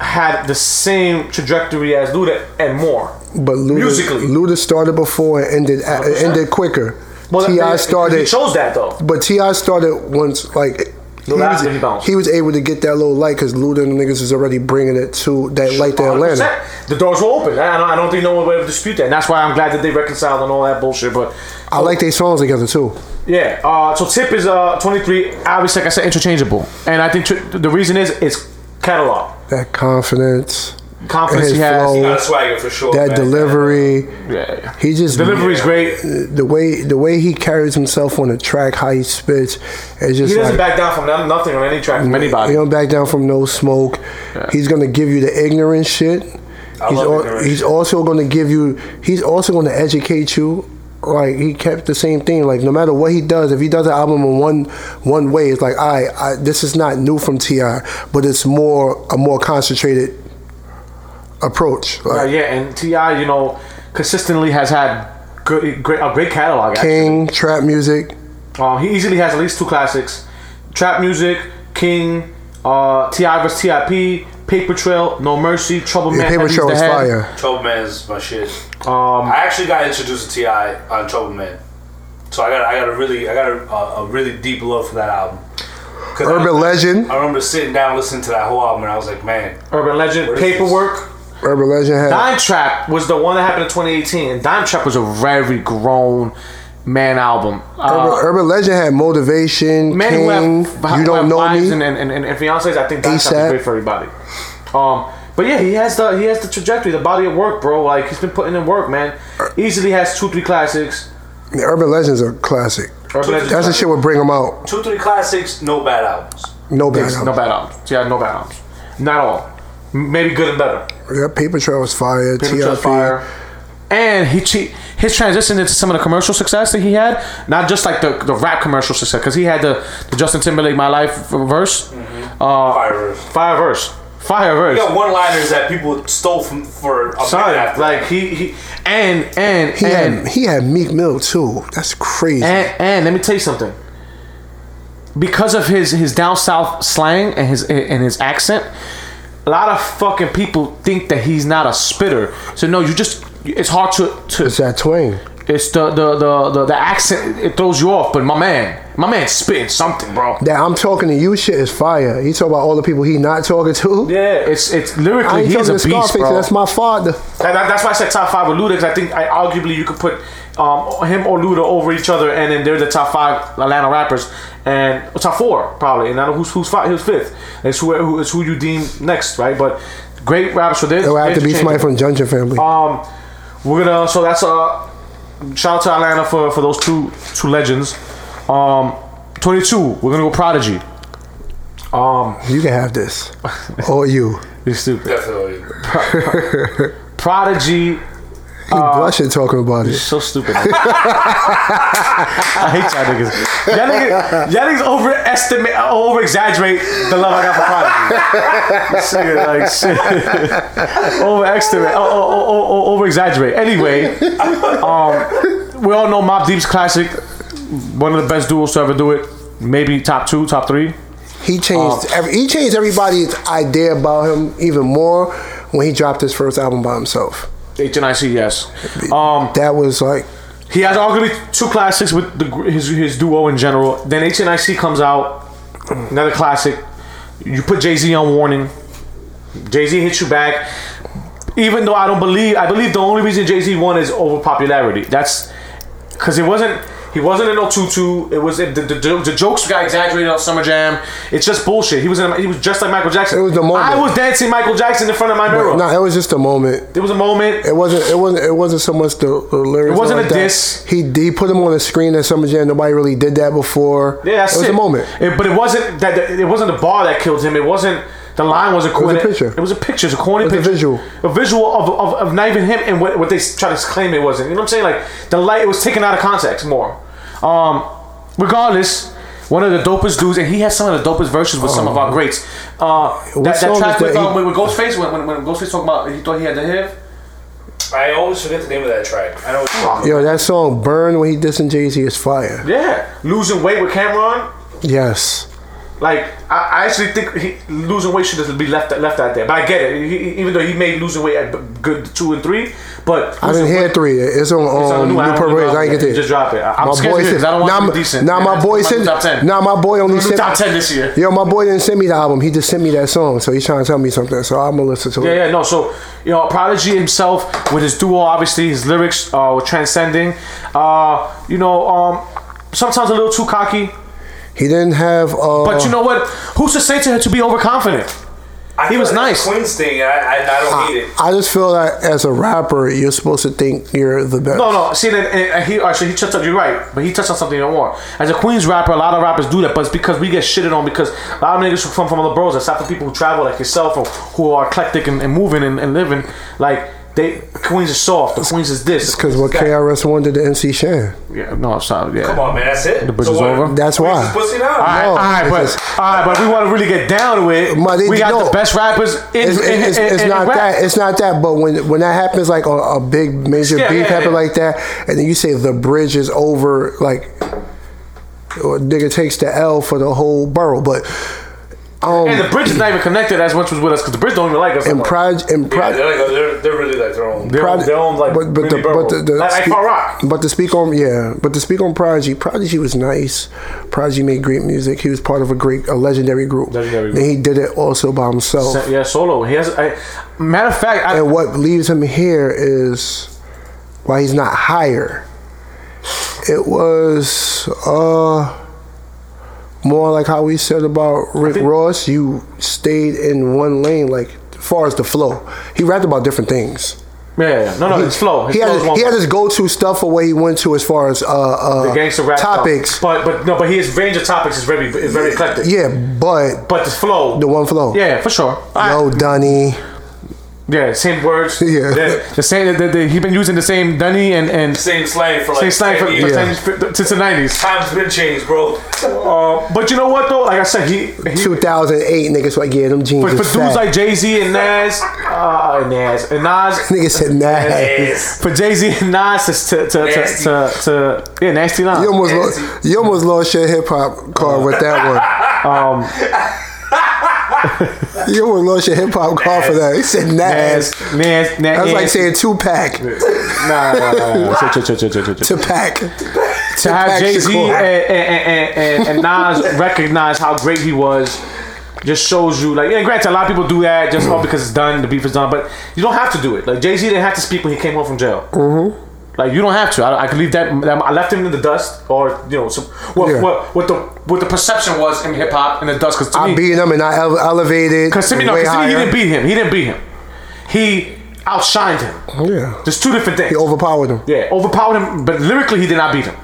S3: had the same trajectory as Luda and more.
S5: But Luda,
S3: Musically.
S5: Luda started before and ended at- ended quicker. Ti
S3: that- He
S5: started,
S3: chose that though.
S5: but Ti started once like. He
S3: Luda after he
S5: was,
S3: bounced.
S5: he was able to get that little light because Luda and the niggas was already bringing it to that light to Atlanta.
S3: 100%. The doors were open. I I don't, I don't think no one would ever dispute that. And that's why I'm glad that they reconciled and all that bullshit. But
S5: I like their songs together too.
S3: yeah, uh, so Tip is uh, 23. Obviously, like I said, interchangeable. And I think tr- the reason is it's catalog.
S5: That confidence,
S3: Confidence
S5: His
S3: he has.
S5: flow.
S4: Not swagger for sure.
S5: that
S4: man.
S5: delivery.
S3: Yeah.
S5: He just
S3: Delivery's great.
S5: The way the way he carries himself on the track, how he spits, it's just
S3: He doesn't
S5: like
S3: back down from no- nothing on any track from
S5: he
S3: anybody.
S5: don't back down from no smoke. He's gonna give you the ignorant shit. he's
S4: love
S5: al-
S4: ignorant
S5: he's
S4: shit.
S5: also gonna give you. He's also gonna educate you. Like he kept the same thing. Like no matter what he does, if he does an album in one one way, it's like I, I this is not new from Ti, but it's more a more concentrated approach. Like,
S3: Uh, yeah, and T.I., you know, consistently has had good, great, a great catalog. actually.
S5: King, trap music.
S3: Um, he easily has at least two classics: trap music, King, uh, Ti vs Tip, Paper Trail, No Mercy, Trouble Man.
S5: Your paper
S3: Heavy's
S5: trail
S3: the
S5: is
S3: Head.
S5: fire.
S4: Trouble Man's my shit. Um, I actually got introduced to Ti on Trouble Man, so I got I got a really I got a, a, a really deep love for that album. 'Cause I-
S5: Urban Legend.
S4: I remember sitting down listening to that whole album, and I was like, man,
S3: Urban Legend,
S4: What is
S3: Paperwork.
S5: Urban Legend had
S3: Dime Trap was the one that happened in 2018, and Dime Trap was a very grown Man album.
S5: Urban,
S3: Uh,
S5: Urban Legend had motivation.
S3: men
S5: King,
S3: who have,
S5: you
S3: who have
S5: don't know
S3: wives
S5: me.
S3: and, and, and, and fiancés, I think that's
S5: ASAP.
S3: great for everybody. Um, but yeah, he has the he has the trajectory, the body of work, bro. Like he's been putting in work, man. Easily has two, three classics.
S5: The Urban Legends are classic.
S3: Urban Legends-
S5: That's the shit would bring them out.
S4: Two, three classics, no bad albums.
S5: No bad.
S3: Yes, no
S5: album.
S3: bad albums. Yeah, no bad albums. Not all. M- Maybe good and better.
S5: Yeah, Paper Trail was fire.
S3: Paper
S5: TRP.
S3: Trail Fire. And he che- his transition into some of the commercial success that he had, not just like the, the rap commercial success, because he had the, the Justin Timberlake "My Life" verse, uh,
S4: Fire verse.
S3: fire verse, fire verse.
S4: You got one-liners that people stole from for a
S3: Sorry,
S4: minute after.
S3: like he, he and and
S5: He
S3: and,
S5: had he had Meek Mill too. That's crazy.
S3: and and let me tell you something. Because of his his down south slang and his and his accent, a lot of fucking people think that he's not a spitter. So no, you just it's hard to to
S5: it's that Twain.
S3: It's the the, the the the accent it throws you off, but my man, my man spitting something, bro.
S5: That I'm talking to you shit is fire. He talk about all the people he not talking to.
S3: Yeah, it's it's
S5: I
S3: lyrically
S5: ain't
S3: he's
S5: talking
S3: a
S5: to
S3: beast,
S5: Scarface.
S3: bro.
S5: That's my father.
S3: That- that- that's why I said top five with Luda, because I think I, arguably you could put um, him or Luda over each other, and then they're the top five Atlanta rappers, and or top four probably, and I don't know who's who's five, who's fifth. It's who, who it's who you deem next, right? But great rappers for this.
S5: It would have to be somebody from Junction Family.
S3: Um, we're gonna. So that's uh, shout out to Atlanta for for those two two legends. Um, twenty two. We're gonna go Prodigy. Um,
S5: you can have this,
S3: [LAUGHS]
S5: or you.
S3: you stupid.
S4: Definitely.
S3: Prodigy.
S5: You
S3: Uh,
S5: blushing talking about it.
S3: So stupid. [LAUGHS] I hate y'all niggas. Y'all niggas, y'all niggas overestimate, over exaggerate the love I got for Prodigy. This nigga, like shit. overestimate, oh, oh, oh, oh, over exaggerate. Anyway, um, we all know Mob Deep's classic, one of the best duos to ever do it. Maybe top two, top three.
S5: He changed.
S3: Uh,
S5: every, he changed everybody's idea about him even more when he dropped his first album by himself.
S3: HNIC, yes. Um,
S5: That was like
S3: He has arguably two classics with the, gr- his his duo in general. Then HNIC comes out, another classic. You put Jay Z on warning. Jay Z hits you back. Even though I don't believe, I believe the only reason Jay Z won is over popularity. That's because it wasn't. He wasn't in Otutu. It was the, the, the jokes got exaggerated on Summer Jam. It's just bullshit. He was in, he was just like Michael Jackson.
S5: It was the moment.
S3: I was dancing Michael Jackson in front of my mirror.
S5: no. It was just a moment.
S3: There was a moment.
S5: It wasn't. It wasn't. It wasn't so much the, the lyrics.
S3: It wasn't
S5: and all
S3: a
S5: that.
S3: diss.
S5: He he put him on the screen at Summer Jam. Nobody really did that before.
S3: Yeah, that's
S5: it was
S3: it.
S5: a moment.
S3: It- but it wasn't that. that- It wasn't the bar that killed him. It wasn't the line wasn't cool.
S5: was a
S3: And
S5: picture.
S3: It was a picture. It's a corny
S5: It was a
S3: picture.
S5: visual.
S3: A visual of, of, of not even him and what, what they try to claim it wasn't. You know what I'm saying? Like the light, it was taken out of context more. Um, regardless, one of the dopest dudes, and he has some of the dopest verses with some of our greats. Uh, that, that
S5: Uh-huh. song
S3: track
S5: is
S3: with,
S5: that
S3: um,
S5: he-
S3: with, with Ghostface when, when, when Ghostface talking about he thought he had the HIV.
S4: I always forget the name of that track. I know it's
S5: Yo, that song "Burn" when he dissing Jay Z is fire.
S3: Yeah, losing weight with Cameron.
S5: Yes.
S3: Like I, I actually think he, losing weight should just be left left out there. But I get it. He- he- even though he made losing weight at b- good two and three, but
S5: I didn't hear three. It's on,
S3: It's on the
S5: um,
S3: new
S5: New
S3: album,
S5: Purple
S3: new
S5: Rain. I
S3: album.
S5: ain't get there.
S3: Just drop it. I- I'm scared to hear it 'cause I don't want
S5: nah,
S3: to
S5: my-
S3: be decent.
S5: Nah,
S3: Yeah,
S5: my
S3: that's
S5: boy
S3: my
S5: sent.
S3: top 10.
S5: Nah, my boy only
S3: new
S5: sent.
S3: top 10 this year.
S5: Yo, my boy didn't send me the album. He just sent me that song. So he's trying to tell me something. So I'm gonna listen to it.
S3: Yeah, yeah, no. So, you know, Prodigy himself with his duo, obviously his lyrics uh, were transcending. Uh, you know, um, sometimes a little too cocky,
S5: He didn't have. Uh,
S3: but you know what? Who's to say to him to be overconfident?
S4: I
S3: He was
S4: thought
S3: nice.
S4: that Queen's thing. I, I, I don't hate it.
S5: I just feel that as a rapper, you're supposed to think you're the best.
S3: No, no. See, then and, and he actually he touched on. You're right, but he touched on something even more. As a Queens rapper, a lot of rappers do that, but it's because we get shitted on because a lot of niggas who come from other bros, aside from people who travel like yourself or who are eclectic and, and moving and, and living, like they Queens is soft. The Queens is this.
S5: Because what KRS One did to NC Shan.
S3: Yeah, no, sorry. Yeah.
S4: Come on, man. That's it. The
S3: bridge is over?
S5: That's why.
S4: Pussy now.
S3: All right,
S5: No,
S3: all right,
S5: because-
S3: but all right, but we want to really get down to it.
S5: Ma, they-
S3: we got
S5: no.
S3: the best rappers in.
S5: It's,
S3: in-
S5: it's,
S3: in-
S5: it's
S3: in
S5: not
S3: rap.
S5: that. It's not that. But when when that happens, like a, a big major
S3: Yeah,
S5: beef
S3: yeah,
S5: happen
S3: yeah.
S5: like that, and then you say the bridge is over, like or nigga takes the L for the whole borough. But um,
S3: And the bridge is not even connected as much as with us because the bridge don't even like us.
S5: and pride and
S4: Yeah,
S5: pride.
S4: they're, like, they're, they're really like their own.
S3: They're,
S5: Prod-
S3: they're on like
S5: but- but the-
S3: mini
S5: but the-
S3: bubbles.
S5: the
S3: like, like
S5: speak-
S3: Far Rock.
S5: But to speak on, yeah, but to speak on Prodigy, Prodigy was nice. Prodigy made great music. He was part of a great, a legendary group.
S3: Legendary
S5: Then he did it also by himself.
S3: So- Yeah, solo. He has. I, matter of fact, I,
S5: and what leaves him here is why he's not higher. It was uh more like how we said about Rick Ross. You stayed in one lane, like as far as the flow. He rapped about different things.
S3: Yeah, yeah. no, no, his flow. His
S5: he, had
S3: flow's
S5: his,
S3: one
S5: he had
S3: way.
S5: his go-to stuff of where he went to as far as uh, uh
S3: the gangster rap stuff.
S5: topics.
S3: But but no, but his range of topics is very is very eclectic.
S5: Yeah, but
S3: But the flow,
S5: the one flow.
S3: yeah, for sure.
S5: Yo, Dunny.
S3: Yeah, same words.
S5: [LAUGHS] Yeah.
S3: the, the same. The, the, he been using the same Dunny and and
S4: Same slang for like
S3: same slang for,
S4: 10
S3: for
S4: years.
S5: Yeah.
S3: since- since the nineties.
S4: Times been changed, bro.
S3: [LAUGHS] Uh, but you know what though? Like I said, he, he
S5: 2008 niggas like yeah them jeans
S3: But for
S5: is
S3: dudes
S5: fat.
S3: like Jay Z and Nas, uh, Nas and Nas,
S5: niggas said nah.
S4: Yes.
S3: for Jay Z and Nas is to to, to,
S4: Nasty.
S3: to, to yeah, nasty Nas.
S5: You almost lost, you almost lost your hip hop card with that
S3: [LAUGHS] Um,
S5: one. [LAUGHS] You almost lost your hip hop card for that. He said
S3: Nas,
S5: Nas.
S3: Nas, Nas,
S5: That's like saying two pack,
S3: nah, nah, nah, nah, nah. Chill, chill, chill, chill, chill, chill, chill.
S5: to pack,
S3: to have Jay Z and,
S5: Shakur.
S3: and, and, and, and Nas recognize how great he was just shows you like yeah granted a lot of people do that just all because it's done the beef is done but you don't have to do it like Jay Z didn't have to speak when he came home from jail mm-hmm. like you don't have to I, I could leave that, that- I left him in the dust or you know some, what,
S5: Yeah.
S3: what what the what the perception was in hip hop in the dust because to
S5: I
S3: me
S5: beat him and I ele- elevated.
S3: because to me no
S5: way
S3: because to me he
S5: higher.
S3: didn't beat him he didn't beat him he outshined him
S5: Yeah,
S3: there's two different things
S5: he overpowered him.
S3: yeah, overpowered him, but lyrically he did not beat him.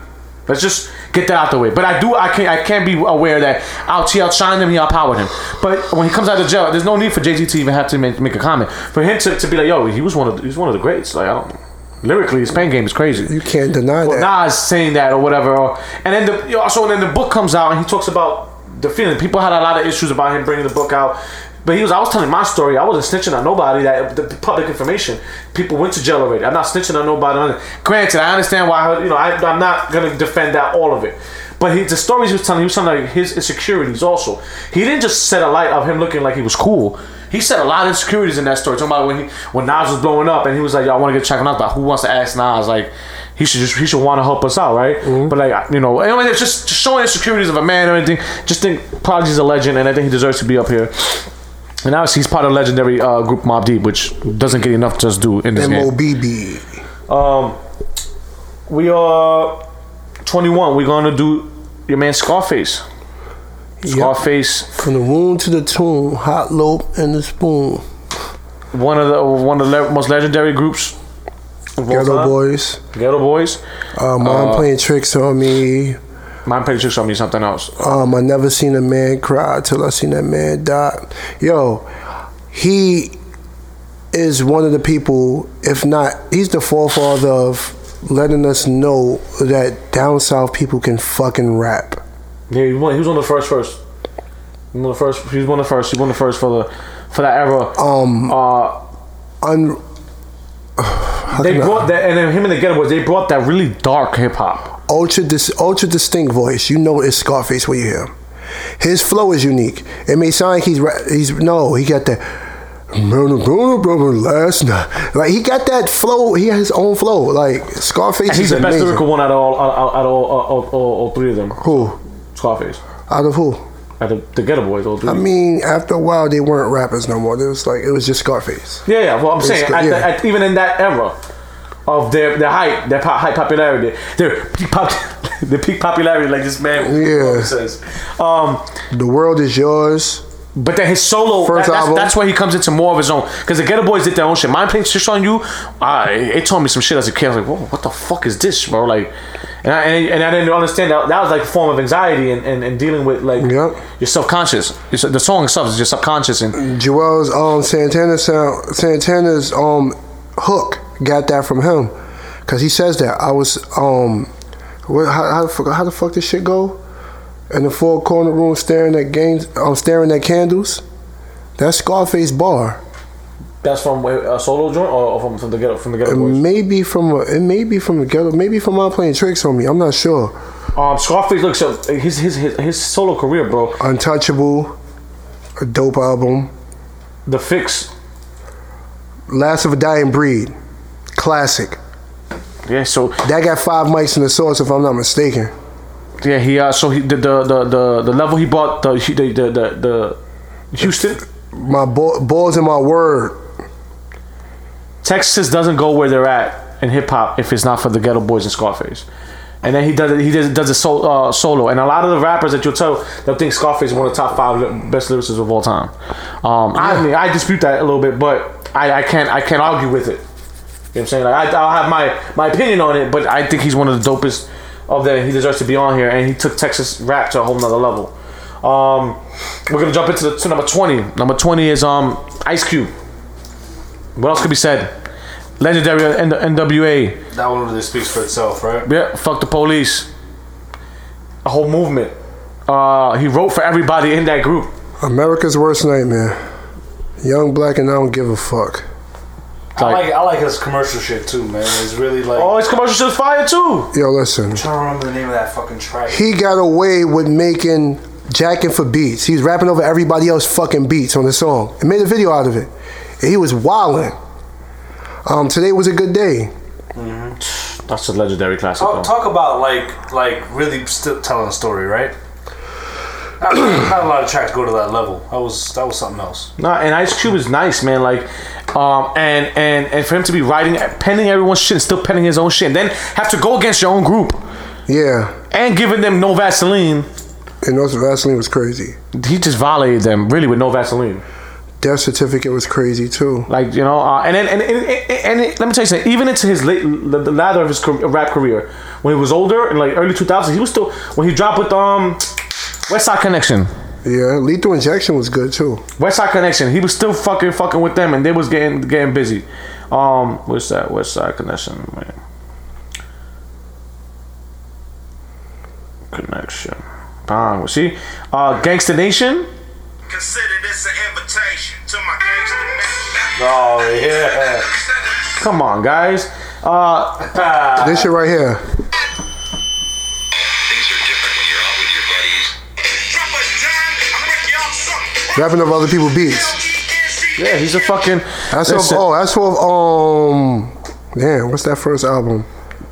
S3: Let's just get that out the way. But I do, I can't, I can't be aware that out he outshined him, he outpowered him. But when he comes out of jail, there's no need for Jay Z to even have to make, make a comment. For him to, to be like, yo, he was one of, the- he was one of the greats. Like, I don't, lyrically, his pain game is crazy.
S5: You can't deny
S3: Well,
S5: that.
S3: Nas saying that or whatever, or, and then the you also then the book comes out and he talks about the feeling. People had a lot of issues about him bringing the book out, but he was. I was telling my story. I wasn't snitching on nobody. That the public information. People went to jail already. I'm not snitching on nobody. Granted, I understand why. You know, I, I'm not gonna defend that all of it. But he, the stories he was telling, he was telling like his insecurities also. He didn't just set a light of him looking like he was cool. He said a lot of insecurities in that story. Talking about when he, when Nas was blowing up and he was like, "Yo, I want to get checked out." But who wants to ask Nas? Like, he should just he should want to help us out, right? But like, I- you know, anyway, it's just just showing insecurities of a man or anything. Just think, Prodigy's a legend, and I think he deserves to be up here. And obviously, he's part of the legendary uh, group Mob Deep, which doesn't get enough just do in this game.
S5: MOBB.
S3: We are 21. We're gonna do your man Scarface. Scarface.
S5: From the wound to the tomb, hot lope and the spoon.
S3: one of the one of the le- most legendary groups. of all
S5: Ghetto
S3: time.
S5: boys.
S3: Ghetto Boys.
S5: Uh, mom playing tricks on me.
S3: My picture showed me something else.
S5: Um, I never seen a man cry till I seen that man die. Yo, he is one of the people, if not, he's the forefather of letting us know that down south people can fucking rap.
S3: Yeah, he won- he was on the first first. He won the first. He was one of the first. He won the first for the for that era.
S5: Um,
S3: Uh,
S5: un- [SIGHS]
S3: they brought that, and then him and the Ghetto Boys. They brought that really dark hip hop.
S5: ultra dis- ultra distinct voice. You know it's Scarface when you hear him. His flow is unique. It may sound like he's ra- he's no, he got that. Last night, like he got that flow. He has his own flow. Like Scarface
S3: He's
S5: is
S3: the best
S5: amazing.
S3: lyrical one out of all out, out of all, all, all, all three of them.
S5: Who?
S3: Scarface.
S5: Out of who?
S3: Out of the Ghetto Boys, all three.
S5: I mean, after a while, they weren't rappers no more. It was like it was just Scarface.
S3: Yeah, yeah. Well, I'm saying
S5: good,
S3: at
S5: yeah.
S3: the, at, even in that era of their their hype, their pop, high popularity, their peak pop, [LAUGHS] the peak popularity, like this man
S5: Yeah.
S3: always says. Um,
S5: The world is yours.
S3: but then his solo,
S5: First
S3: that- that's,
S5: album.
S3: that's where he comes into more of his own. Because the Ghetto Boys did their own shit. Mine playing shit on you, uh, it, it told me some shit as a kid. I was like, whoa, what the fuck is this, bro? Like, and I, and, and I didn't understand that. That was like a form of anxiety and, and, and dealing with like
S5: Yep.
S3: your subconscious. Your, sub- the song itself is your subconscious and
S5: Joel's um Santana sound Santana's um hook got that from him because he says that I was um what how, how, the fuck, how the fuck this shit go in the four corner room staring at games um staring at candles that's Scarface bar
S3: that's from a solo joint or from, from the Ghetto from the Ghetto
S5: it
S3: Boys.
S5: may be from a, it may be from a ghetto maybe from my playing tricks on me I'm not sure
S3: Um, Scarface. Look, so his his his, his solo career, bro.
S5: Untouchable a dope album
S3: The Fix.
S5: Last of a Dying Breed classic
S3: Yeah. So
S5: that got five mics in the source if I'm not mistaken.
S3: yeah, he uh, so he the the the the, the level he bought the he- the the the, the Houston.
S5: my ball, balls and my word.
S3: Texas doesn't go where they're at in hip hop if it's not for the Ghetto Boys and Scarface. and then he does it. He does, does a sol, uh, solo, and a lot of the rappers that you'll tell they'll think Scarface is one of the top five li- best lyricists of all time. Um, I mean, I dispute that a little bit, but I, I can't I can't argue with it. You know what I'm saying? Like, I, I'll have my, my opinion on it, but I think he's one of the dopest of there. He deserves to be on here, and he took Texas rap to a whole nother level. Um, we're gonna jump into the to number twenty. Number twenty is um Ice Cube. What else could be said? Legendary N- NWA.
S4: That one really speaks for itself, right?
S3: Yeah, fuck the police. A whole movement. Uh, he wrote for everybody in that group.
S5: America's worst nightmare. Young black and I don't give a fuck.
S4: I like I like his commercial shit too, man. It's really like
S3: Oh, his commercial shit's fire too.
S5: Yo, listen.
S4: I don't remember the name of that fucking track.
S5: He got away with making jacking for beats. He was rapping over everybody else fucking beats on the song and made a video out of it. And he was wilding. Um, today was a good day.
S3: That's a legendary classic.
S4: Talk,
S3: though.
S4: talk about like like really still telling a story, right? Not, not a lot of tracks go to that level. That was that was something else. [LAUGHS]
S3: Nah, and Ice Cube is nice, man. Like, um, and and and for him to be writing, penning everyone's shit, and still penning his own shit, and then have to go against your own group
S5: Yeah.
S3: and giving them no Vaseline.
S5: And those Vaseline was crazy.
S3: He just violated them really with no Vaseline.
S5: Death certificate was crazy too.
S3: Like you know, uh, and then and, and, and, and let me tell you something. Even into his late the, the latter of his car- rap career, when he was older in like early 2000s, he was still when he dropped with um West Side Connection.
S5: Yeah. Lethal injection was good too.
S3: West Side Connection. He was still fucking fucking with them, and they was getting getting busy. Um, what's that? West Side Connection, man. Connection. Bang. See, uh, Gangsta Nation.
S6: Consider this an invitation to my gangster nation.
S4: Oh yeah.
S3: Come on, guys. Uh,
S5: This shit right here.
S6: Things are different when you're out with your buddies. Drop a dime, I'm with y'all something.
S5: Rapping over other people's beats.
S6: L-E-N-C-E.
S3: yeah, he's a fucking.
S5: That's off,
S3: Listen.
S5: oh, that's off um damn, what's that first album?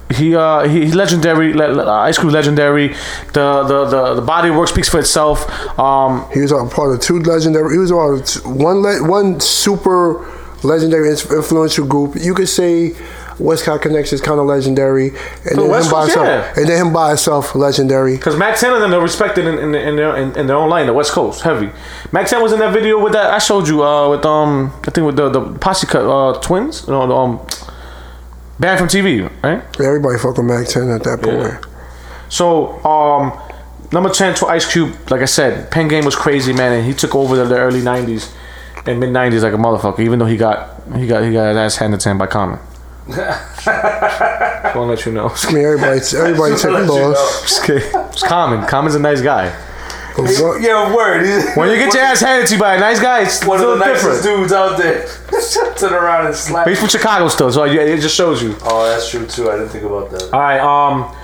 S3: He uh he, he legendary le, le- uh, Ice Cube legendary the, the the the body work speaks for itself um
S5: He was a part of two legendary. He was a part of t- one le- one super legendary ins- influential group. You could say Westcott Connections kind of legendary, and then
S3: West
S5: him by
S3: Coast,
S5: himself,
S3: Oh, yeah.
S5: and then him by himself legendary.
S3: because Mac 10 and them they're respected in in, in, their, in in their own line the West Coast heavy Mac 10 was in that video with that I showed you uh with um I think with the the posse cut uh twins no the, um banned from TV right
S5: Everybody fuck with Mac Ten at that point.
S3: So, um, number 10 to Ice Cube, like I said, Pen Game was crazy, man, and he took over the, the early 90s and mid 90s like a motherfucker, even though he got he got he got his ass handed to him by Common. Just wanna let you [LAUGHS] know.
S5: I mean, everybody, everybody took loss.
S3: Just kidding. It's Common. Common's a nice guy.
S5: but one-
S4: Yeah, word.
S3: When you get your ass handed to you by a nice guy, it's a
S4: [LAUGHS] one of the
S3: little
S4: nicest
S3: different.
S4: dudes out there, [LAUGHS] turn around and slap.
S3: But he's from Chicago still, so yeah, it just shows you.
S4: Oh, that's true too. I didn't think about that.
S3: All right. Um.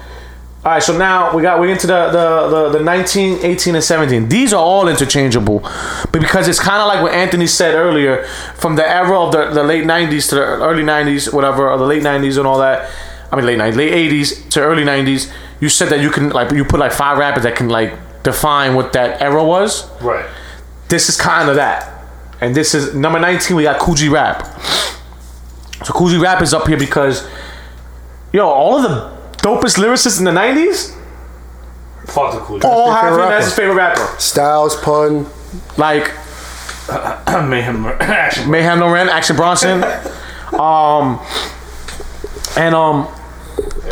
S3: All right. So now we got we're into the the, the the 19, 18, and seventeen. These are all interchangeable, but because it's kind of like what Anthony said earlier, from the era of the, the late nineties to the early nineties, whatever, or the late nineties and all that. I mean, late nineties, late eighties to early nineties. You said that you can like you put like five rappers that can like define what that era was.
S4: Right.
S3: This is kind of that, and this is number nineteen. We got Coogee Rap. So Coogee Rap is up here because, yo, all of the dopest lyricists in the '90s
S4: Fuck the cool.
S3: all
S5: their
S3: have him
S5: favorite
S3: as his favorite rapper.
S5: Styles pun.
S3: Like
S4: [COUGHS] Mayhem. Action.
S3: Mayhem No Ren, Action
S5: [LAUGHS]
S3: Bronson, um, and um,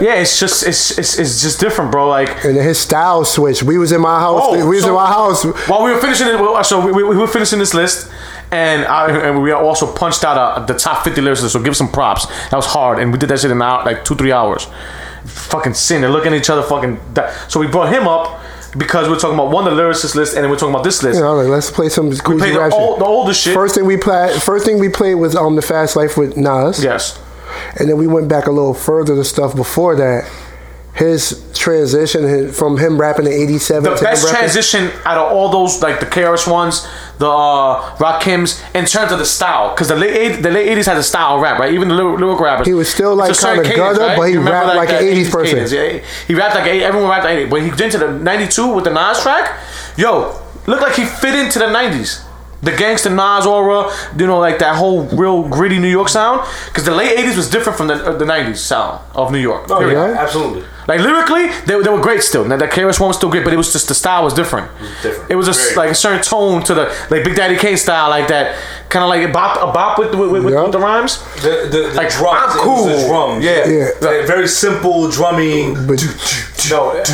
S3: yeah, it's just it's it's, it's just different, bro. Like
S5: And then his style switch. We was in my house.
S3: Oh,
S5: we was
S3: so-
S5: in my house.
S3: while we were finishing it, well, so we, we, we were finishing this list, and I, and we also punched out uh, the top 50 lyricists. So give some props. That was hard, and we did that shit in out like two three hours. Fucking sin. They're looking at each other. Fucking. Di- so we brought him up because we're talking about one the lyricist list, and then we're talking about this list.
S5: You know, like, let's play some
S3: Play
S5: Coogee
S3: the,
S5: rap shit.
S3: old, the older shit.
S5: First thing we played. First thing we played was um the Fast Life with Nas.
S3: yes.
S5: And then we went back a little further to stuff before that. His transition his- from him rapping in '87
S3: The
S5: to
S3: best
S5: him rapping,
S3: transition out of all those, like the KRS ones, the uh, Rakims, in terms of the style, because the late eight, the late eighties had a style rap, right? Even the lyric, lyric rappers.
S5: He was still, like,
S3: It's a certain
S5: kinda
S3: cadence,
S5: gutter, but he
S3: You remember,
S5: rapped like an
S3: that
S5: 80s person.
S3: cadence, yeah? He rapped like a- everyone rapped like eighty. When he did into the ninety two with the Nas track, yo, looked like he fit into the nineties. The gangster Nas aura, you know, like that whole real gritty New York sound, because the late '80s was different from the uh, the '90s sound of New York.
S4: Oh,
S3: period.
S4: yeah, absolutely.
S3: Like lyrically, they, they were great still. Now that KRS One was still great, but it was just the style was different.
S4: different.
S3: It was just
S4: Very
S3: like a certain tone to the like Big Daddy Kane style, like that kind of like a bop a bop with with, with,
S5: Yeah.
S3: with the rhymes.
S4: The, the, the
S3: Like,
S4: drums.
S3: I'm
S4: it was
S3: cool.
S4: the drums.
S3: Yeah.
S5: Yeah.
S4: Like, very simple drumming.
S5: But
S4: No,
S3: eh,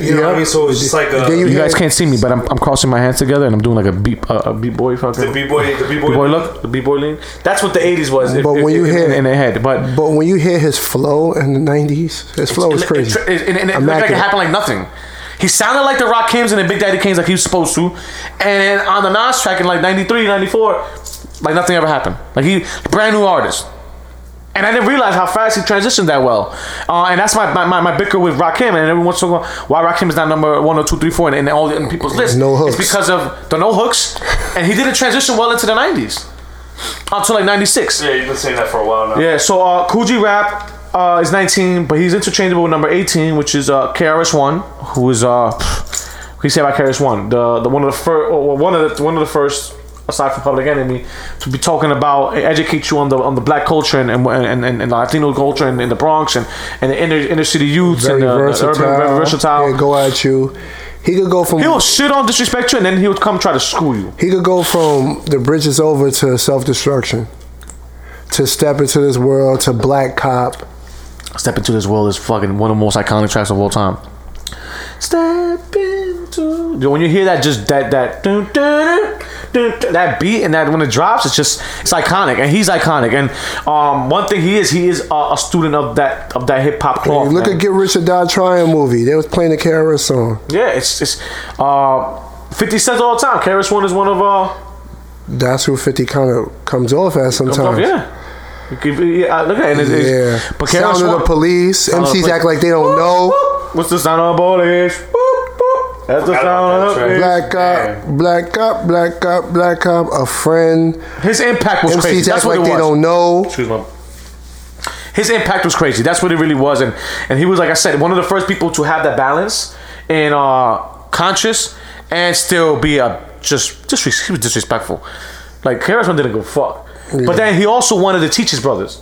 S4: you know what I mean? So it's just like uh, a,
S5: Then
S3: You guys
S5: Yeah.
S3: can't see me, but I'm, I'm crossing my hands together and I'm doing like a beep uh, a beat boy fucking
S4: the b-boy, the b-boy,
S3: B-boy look, the B-boy lean. That's what the 80s was.
S5: But when you
S3: in,
S5: hear-
S3: in their head, but
S5: But when you hear his flow in the '90s, his flow is crazy.
S3: It, it, it, it looked like it
S5: Immaculate.
S3: happened like nothing. He sounded like the Rock Kings and the Big Daddy Kings like he was supposed to. And on the Nas track in like 93, 94, like nothing ever happened. Like he, brand new artist. And I didn't realize how fast he transitioned that well. Uh, and that's my, my, my, my bicker with Rakim. And every once in a while, why Rakim is not number one or two, three, four in, in all the, in people's lists.
S5: No hooks.
S3: It's because of the no hooks. And he didn't transition well into the 90s until like 96.
S4: Yeah, you've been saying that for a while now.
S3: Yeah, so uh, Coogee Rap uh, is 19, but he's interchangeable with number 18, which is uh, KRS-One, who is uh, what do you say about KRS-One? The the one of the first, or one of the one of the first, aside from Public Enemy, to be talking about educate you on the on the black culture and and and, and, and Latino culture and in the Bronx and and the inner inner city youths
S5: Very
S3: and the, the
S5: versatile.
S3: urban, uh, very versatile.
S5: Yeah, go at you. He could go from
S3: He'll shit on disrespect you, and then he would come try to school you.
S5: he could go from the bridges over to self destruction, to step into this world to black cop.
S3: Step into this world is fucking one of the most iconic tracks of all time. Step into. Yo, When you hear that, just that that dun, dun, dun, dun, dun, that beat and that when it drops, it's just it's iconic. And he's iconic. And um, one thing he is, he is a, a student of that of that hip hop cloth.
S5: Look
S3: Oh, man.
S5: at Get Rich or Die Trying movie. They was playing the KRS song.
S3: yeah, it's it's uh, Fifty Cent all the time. Karis One is one of uh,
S5: That's who Fifty kind of comes off as sometimes.
S3: comes off- yeah. You could- yeah, look at it. it's-
S5: Yeah.
S3: it's- But Karis
S5: Sound of
S3: One,
S5: the police.
S3: Sound of the
S5: MCs
S3: Police.
S5: act like they don't know.
S3: Whoop, What's the sound of the police? Whoop, whoop. That's the
S4: Forgot
S3: sound
S4: about
S3: of the
S4: that track.
S3: police.
S5: Black up, black up, black up, black up. A friend.
S3: His impact was
S5: MCs
S3: crazy. That's
S5: act
S3: what
S5: like
S3: it
S5: they
S3: was.
S5: don't know.
S3: Excuse me. His impact was crazy. That's what it really was, and and he was like I said, one of the first people to have that balance and uh, conscious and still be a just disres- he was disrespectful. Like KRS One didn't give a fuck, but then he also wanted to teach his brothers.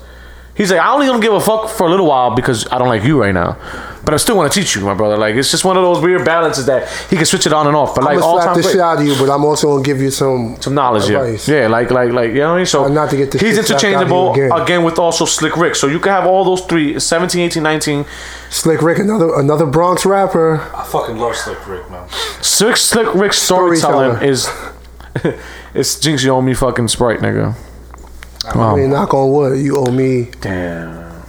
S3: He's like, I only don't give a fuck for a little while because I don't like you right now, but I still want to teach you, my brother. Like it's just one of those weird balances that he can switch it on and off. But like
S5: I'm
S3: all
S5: gonna
S3: time,
S5: slap the
S3: great
S5: shit out of you, but I'm also gonna give you some
S3: some knowledge, yeah.
S5: Advice.
S3: Yeah, like like like you know what I mean? So
S5: Uh, not to get the
S3: he's
S5: shit slapped out of you
S3: interchangeable again.
S5: again.
S3: with also Slick Rick. So you can have all those three 17, 18, 19.
S5: Slick Rick, another another Bronx rapper.
S4: I fucking love Slick Rick, man.
S3: Slick Slick Rick storytelling
S5: Storyteller.
S3: is [LAUGHS] it's Jinx you owe me fucking Sprite, nigga.
S5: I mean, knock on wood, you owe me
S3: Oh. Damn.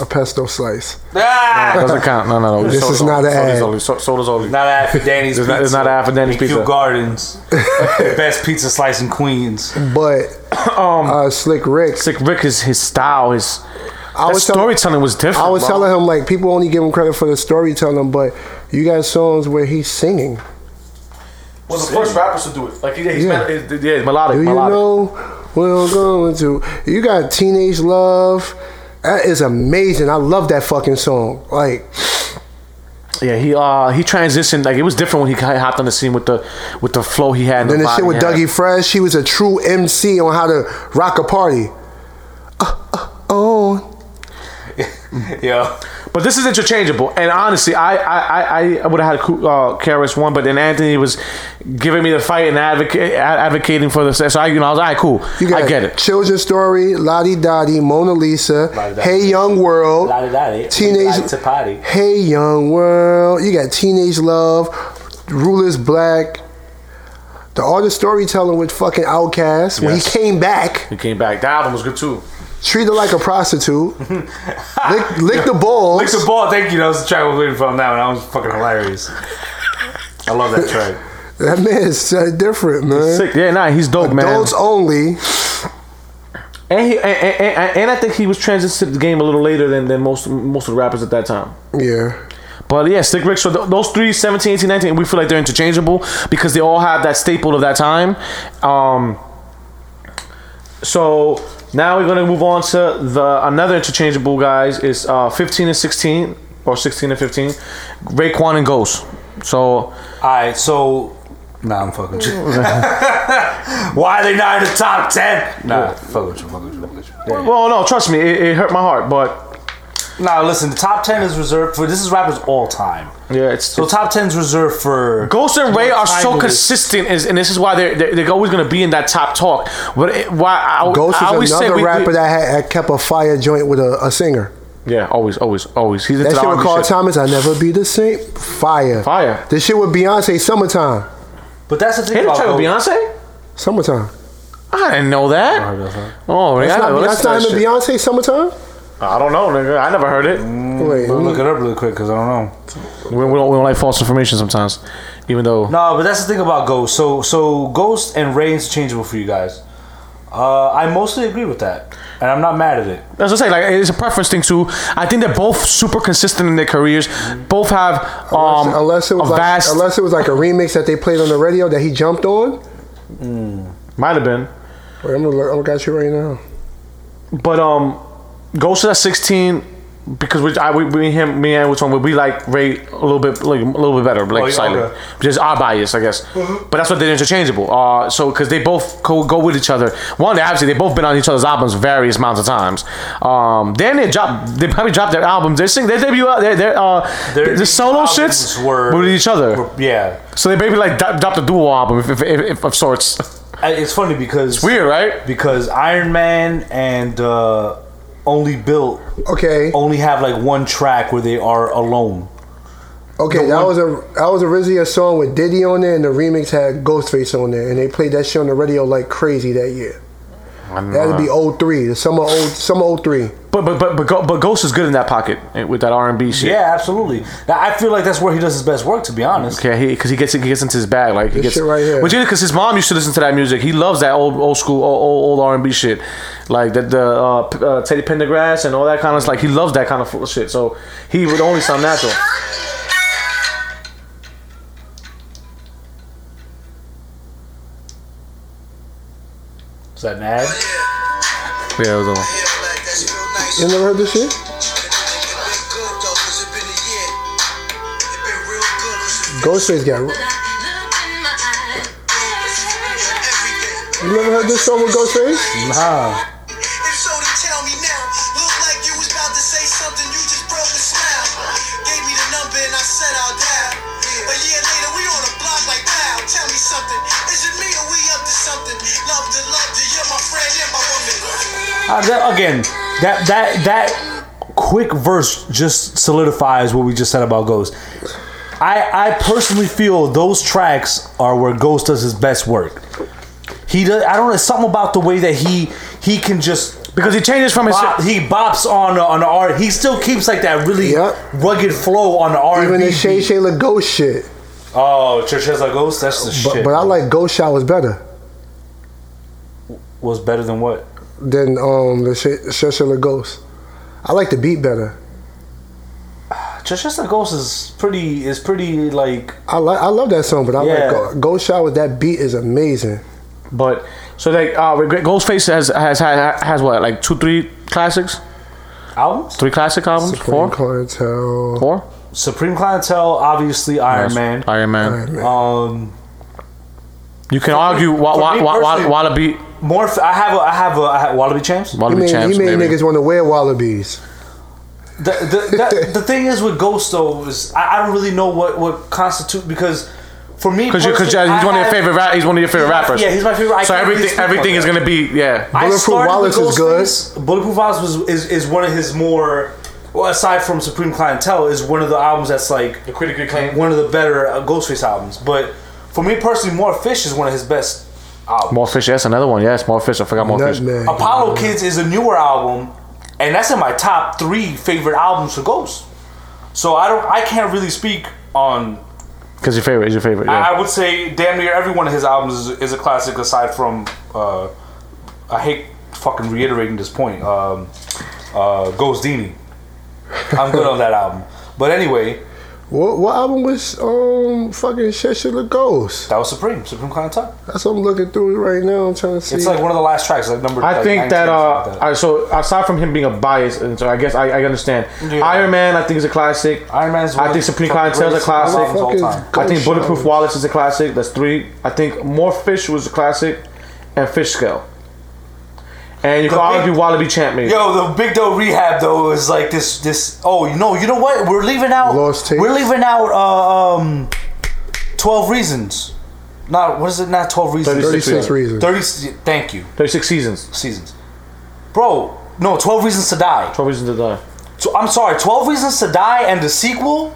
S5: a pesto slice.
S4: Ah!
S3: Doesn't count. No, no, no.
S5: [LAUGHS] This
S3: Soda's
S5: is not
S3: only.
S5: an
S3: Soda's
S5: ad.
S3: only. So- Soda's only. [LAUGHS]
S4: Not after Danny's
S3: It's
S4: pizza.
S3: not- it's not after Danny's
S4: EQ
S3: Pizza.
S4: Gardens,
S3: [LAUGHS]
S4: best pizza slice in Queens.
S5: But
S3: [COUGHS]
S5: uh, Slick Rick,
S3: Um, Slick Rick is his style. His that
S5: was telling-
S3: storytelling was different.
S5: I was
S3: bro.
S5: telling him like people only give him credit for the storytelling, but you got songs where he's singing.
S3: was the first rappers to do it. Like he, he's
S5: Yeah.
S3: mel- it- yeah, it's melodic.
S5: Do you
S3: melodic.
S5: know where I'm going to? You got Teenage Love. That is amazing. I love that fucking song. Like
S3: Yeah, he uh he transitioned like it was different when he kind of hopped on the scene with the with the flow he had. And
S5: then
S3: the
S5: the
S3: vibe
S5: shit with
S3: he had.
S5: Dougie Fresh. He was a true MC on how to rock a party. Uh, uh, oh,
S4: Yeah,
S3: But this is interchangeable. And honestly, I I, I, I would have had Ku- uh, KRS One, but then Anthony was giving me the fight and advocate, advocating for the so I you know I was like, all right, cool,
S5: you got
S3: I get it.
S5: Children's Story, Lottie Dottie, Mona Lisa,
S4: Lottie
S5: Hey Young World, Teenage
S4: eh? to potty.
S5: Hey Young World. You got Teenage Love, Rulers Black. The artist storytelling with fucking Outkast when he
S3: Yes.
S5: came back.
S3: He came back. The album was good too.
S5: treat her like a
S3: [LAUGHS]
S5: prostitute, lick, lick the balls.
S4: Lick the ball. Thank you. That was the track I was waiting for on that one. That was fucking hilarious. I love that track.
S5: That man is uh, different, man.
S3: Sick. Yeah, nah, he's dope, man.
S5: Adults only.
S3: And, he, and, and, and and I think he was transitioned to the game a little later than, than most most of the rappers at that time.
S5: Yeah.
S3: But yeah, Slick Rick. So th- those three, 17, 18, 19, we feel like they're interchangeable because they all have that staple of that time. Um, so now we're gonna move on to the another interchangeable guys is uh, 15 and 16 or 16 and 15, Raekwon and Ghost. So
S4: All right, so nah, I'm fucking. with you. [LAUGHS] Why are they not in the top ten? Nah, fuck with you, fuck with you, fuck with you.
S3: well, no, trust me, it, it hurt my heart, but
S4: Now listen, the top ten is reserved for this is rappers all time.
S3: Yeah, it's
S4: So top ten is reserved for
S3: Ghost and Ray are so
S4: Timeless.
S3: consistent, is and this is why they're they're, they're always gonna be in that top talk. But it, why I,
S5: Ghost
S3: I always
S5: is
S3: say
S5: another
S3: we- we-
S5: rapper that had, had kept a fire joint with a, a singer.
S3: yeah, always, always, always. He's into
S5: That
S3: the
S5: shit with
S3: R&B
S5: Carl
S3: shit.
S5: Thomas, I'll never be the same. Fire.
S3: Fire.
S5: This shit with Beyonce, summertime.
S4: But that's the thing
S3: He didn't
S4: about
S3: track with
S4: Ghost.
S3: Beyonce.
S5: Summertime.
S3: I didn't know that. Oh, yeah,
S5: That's
S3: I
S5: not,
S3: never
S5: that's
S3: listened to
S5: not
S3: that
S5: in
S3: shit.
S5: Beyonce summertime?
S3: I don't know, nigga. I never heard it.
S5: Wait,
S4: Let me
S5: mm,
S4: Look it up really quick because I don't know.
S3: We, we don't, we don't like false information sometimes, even though.
S4: No, but that's the thing about Ghost. So so Ghost and Ray interchangeable for you guys. Uh, I mostly agree with that, and I'm not mad at it.
S3: As I say, like it's a preference thing too. I think they're both super consistent in their careers. Both have um
S5: unless it was
S3: a
S5: like
S3: vast
S5: unless it was like a remix that they played on the radio that he jumped on.
S3: might have been,
S5: Wait, I'm gonna look, I'm gonna got you right now.
S3: but um, Ghost is at sixteen because we, I, we, me and him, me and which one would we like rate a little bit like a little bit better, like
S4: Oh, yeah,
S3: slightly,
S4: okay. Mm-hmm.
S3: just our bias, I guess. But that's what they're interchangeable. Uh, so because they both co- go with each other. One, they obviously they both been on each other's albums various amounts of times. Um, then they drop, they probably dropped their albums. They sing, their debut, out, their their uh, their, solo
S4: albums
S3: shits
S4: were-
S3: with each other.
S4: were- yeah,
S3: So they maybe like do- dropped a duo album if, if, if, if of sorts. [LAUGHS]
S4: I- it's funny because
S3: Weird, right?
S4: because Iron Man and uh, Only Built
S5: Okay,
S4: only have like one track where they are alone.
S5: okay, that was a that was originally a song with Diddy on there, and the remix had Ghostface on there, and they played that shit on the radio like crazy that year. That'd be 03, the summer old summer 03.
S3: But but but but, Go- but Ghost is good in that pocket eh, with that R and B shit.
S4: Yeah, absolutely. Now, I feel like that's where he does his best work, to be honest.
S3: Okay, because he, gets he gets into his bag like he
S5: This
S3: gets
S5: shit right here.
S3: Which is because his mom used to listen to that music. He loves that old old school old old, old R and B shit, like the the uh, P- uh, Teddy Pendergrass and all that kind of like he loves that kind of full shit. So he would only sound
S6: [LAUGHS]
S3: natural.
S4: Is that an ad?
S3: Yeah, it was all.
S5: You never heard this shit? Ghostface got. You never heard this song with Ghostface?
S4: Nah.
S6: If so, then tell me now. Look like you was about to say something, you just broke a smile. Gave me the number and I said I'll dial. A year later, we on the block like wow. Tell me something. Is it me or we up to something? Love to love to, you're my friend and my woman.
S4: Uh, that- again, that that that quick verse just solidifies what we just said about Ghost. I I personally feel those tracks are where Ghost does his best work. He does. I don't know. It's something about the way that he he can just.
S3: Because he changes from his
S4: Bop, he bops on the- on the art. He still keeps like that really
S5: Yep.
S4: rugged flow on the R.
S5: Even the Shay Shay La Ghost shit.
S4: Oh, Church has a ghost. That's the
S5: But,
S4: shit.
S5: but I like Ghost Shot was better
S4: was better than what?
S5: than um the Shay Shay Shay La Ghost. I like the beat better.
S4: Church has a ghost is pretty is pretty like
S5: I like I love that song, but I
S4: Yeah.
S5: like Go- Ghost Shot with that beat is amazing.
S3: But so like uh, Regret- Ghostface has has has, has what like two three classics,
S4: albums.
S3: three classic albums,
S5: Supreme
S3: four,
S5: Clientele.
S3: four.
S4: Supreme Clientele, obviously Iron Man.
S3: Iron Man.
S5: Alright, man.
S4: Um,
S3: You can argue wa-
S4: for
S3: wa-
S4: me
S3: wa- wa-
S4: personally-
S3: Wallaby
S4: more. f- I have. A, I have. A, I have Wallaby Champs.
S5: He
S3: Wallaby
S5: made,
S3: Champs.
S5: he made
S3: maybe.
S5: niggas want to wear wallabies.
S4: The, the, that- the thing is with Ghost though is I, I don't really know what what constitute because for me
S3: Cause, you, cause
S4: personally,
S3: yeah, he's
S4: I
S3: one of your
S4: have-
S3: favorite rap, he's one of your favorite
S4: Yeah,
S3: rappers.
S4: yeah, he's my favorite. I
S3: so
S4: can't really
S3: everything
S4: speak
S3: everything
S4: on
S3: is
S4: that.
S3: gonna be yeah.
S4: I
S5: Bulletproof
S4: started with
S5: Wallace is good.
S4: Ghostface. Bulletproof Wallace was, is is one of his more. Well, aside from Supreme Clientele, is one of the albums that's like the critically acclaimed, one of the better uh, Ghostface albums. But for me personally, More Fish is one of his best albums.
S3: More fish. That's another one. Yes, more fish. I forgot more fish.
S5: Nutmeg.
S4: Apollo Kids is a newer album, and that's in my top three favorite albums for Ghost. So I don't, I can't really speak on.
S3: Cause your favorite is your favorite. Yeah.
S4: I I would say damn near every one of his albums is, is a classic, aside from. Uh, I hate fucking reiterating this point. Um, uh, Ghost Dini, I'm good on that album. But anyway,
S5: What, what album was um fucking Shay Shay La Ghost?
S4: that was Supreme, Supreme Clientele.
S5: That's what I'm looking through right now. I'm trying to see.
S4: It's like one of the last tracks, like number.
S3: I
S4: like,
S3: think
S4: 19
S3: that
S4: or
S3: uh,
S4: something like
S3: I, so aside from him being a bias, and so I guess I, I understand.
S4: Yeah.
S3: Iron Man, I think is a classic.
S4: Iron Man's.
S3: I think Supreme Clientele is a classic.
S5: Fucking
S3: I think
S5: Ghost
S3: Bulletproof
S5: Shot.
S3: Wallace is a classic. That's three. I think More Fish was a classic, and Fish Scale. And you can
S4: The big-
S3: argue Wallaby champ maybe.
S4: Yo, the big though rehab though is like this. This oh, you know, you know what? We're leaving out.
S5: Lost tapes.
S4: We're leaving out. Uh, um, twelve reasons. Not what is it? Not twelve reasons.
S3: 36
S5: 36 reasons.
S4: Thirty. Thank you.
S3: 36 seasons.
S4: Seasons, bro. No, twelve reasons to die.
S3: 12 reasons to die.
S4: So, I'm sorry, Twelve Reasons to Die and the sequel.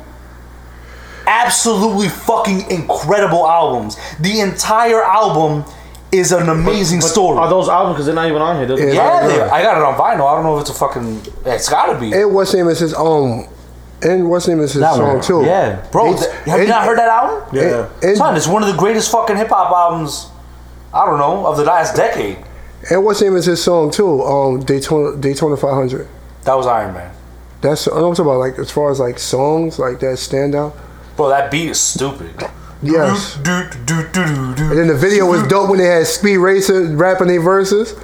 S4: Absolutely fucking incredible albums. The entire album is an amazing
S3: But
S4: story.
S3: Are those albums? Because they're not even on here. They're-
S5: Yeah.
S4: yeah, they, I got it on vinyl. I don't know if it's a fucking. It's gotta be.
S5: And what's name is his um, and what's name is his
S4: That
S5: song
S4: one.
S5: too.
S4: Yeah, bro.
S5: It's-
S4: th- have you
S5: it-
S4: not heard that album?
S5: And-
S3: Yeah.
S5: and-
S4: Son, it's one of the greatest fucking hip hop albums. I don't know of the last decade.
S5: And what's name is his song too? Um, Daytona Daytona 500.
S4: That was Iron Man,
S5: That's I'm talking about like as far as like songs like that stand out.
S4: bro. That beat is stupid.
S5: Yes.
S4: Do, do, do, do, do.
S5: And then the video was dope when they had Speed Racer rapping their verses.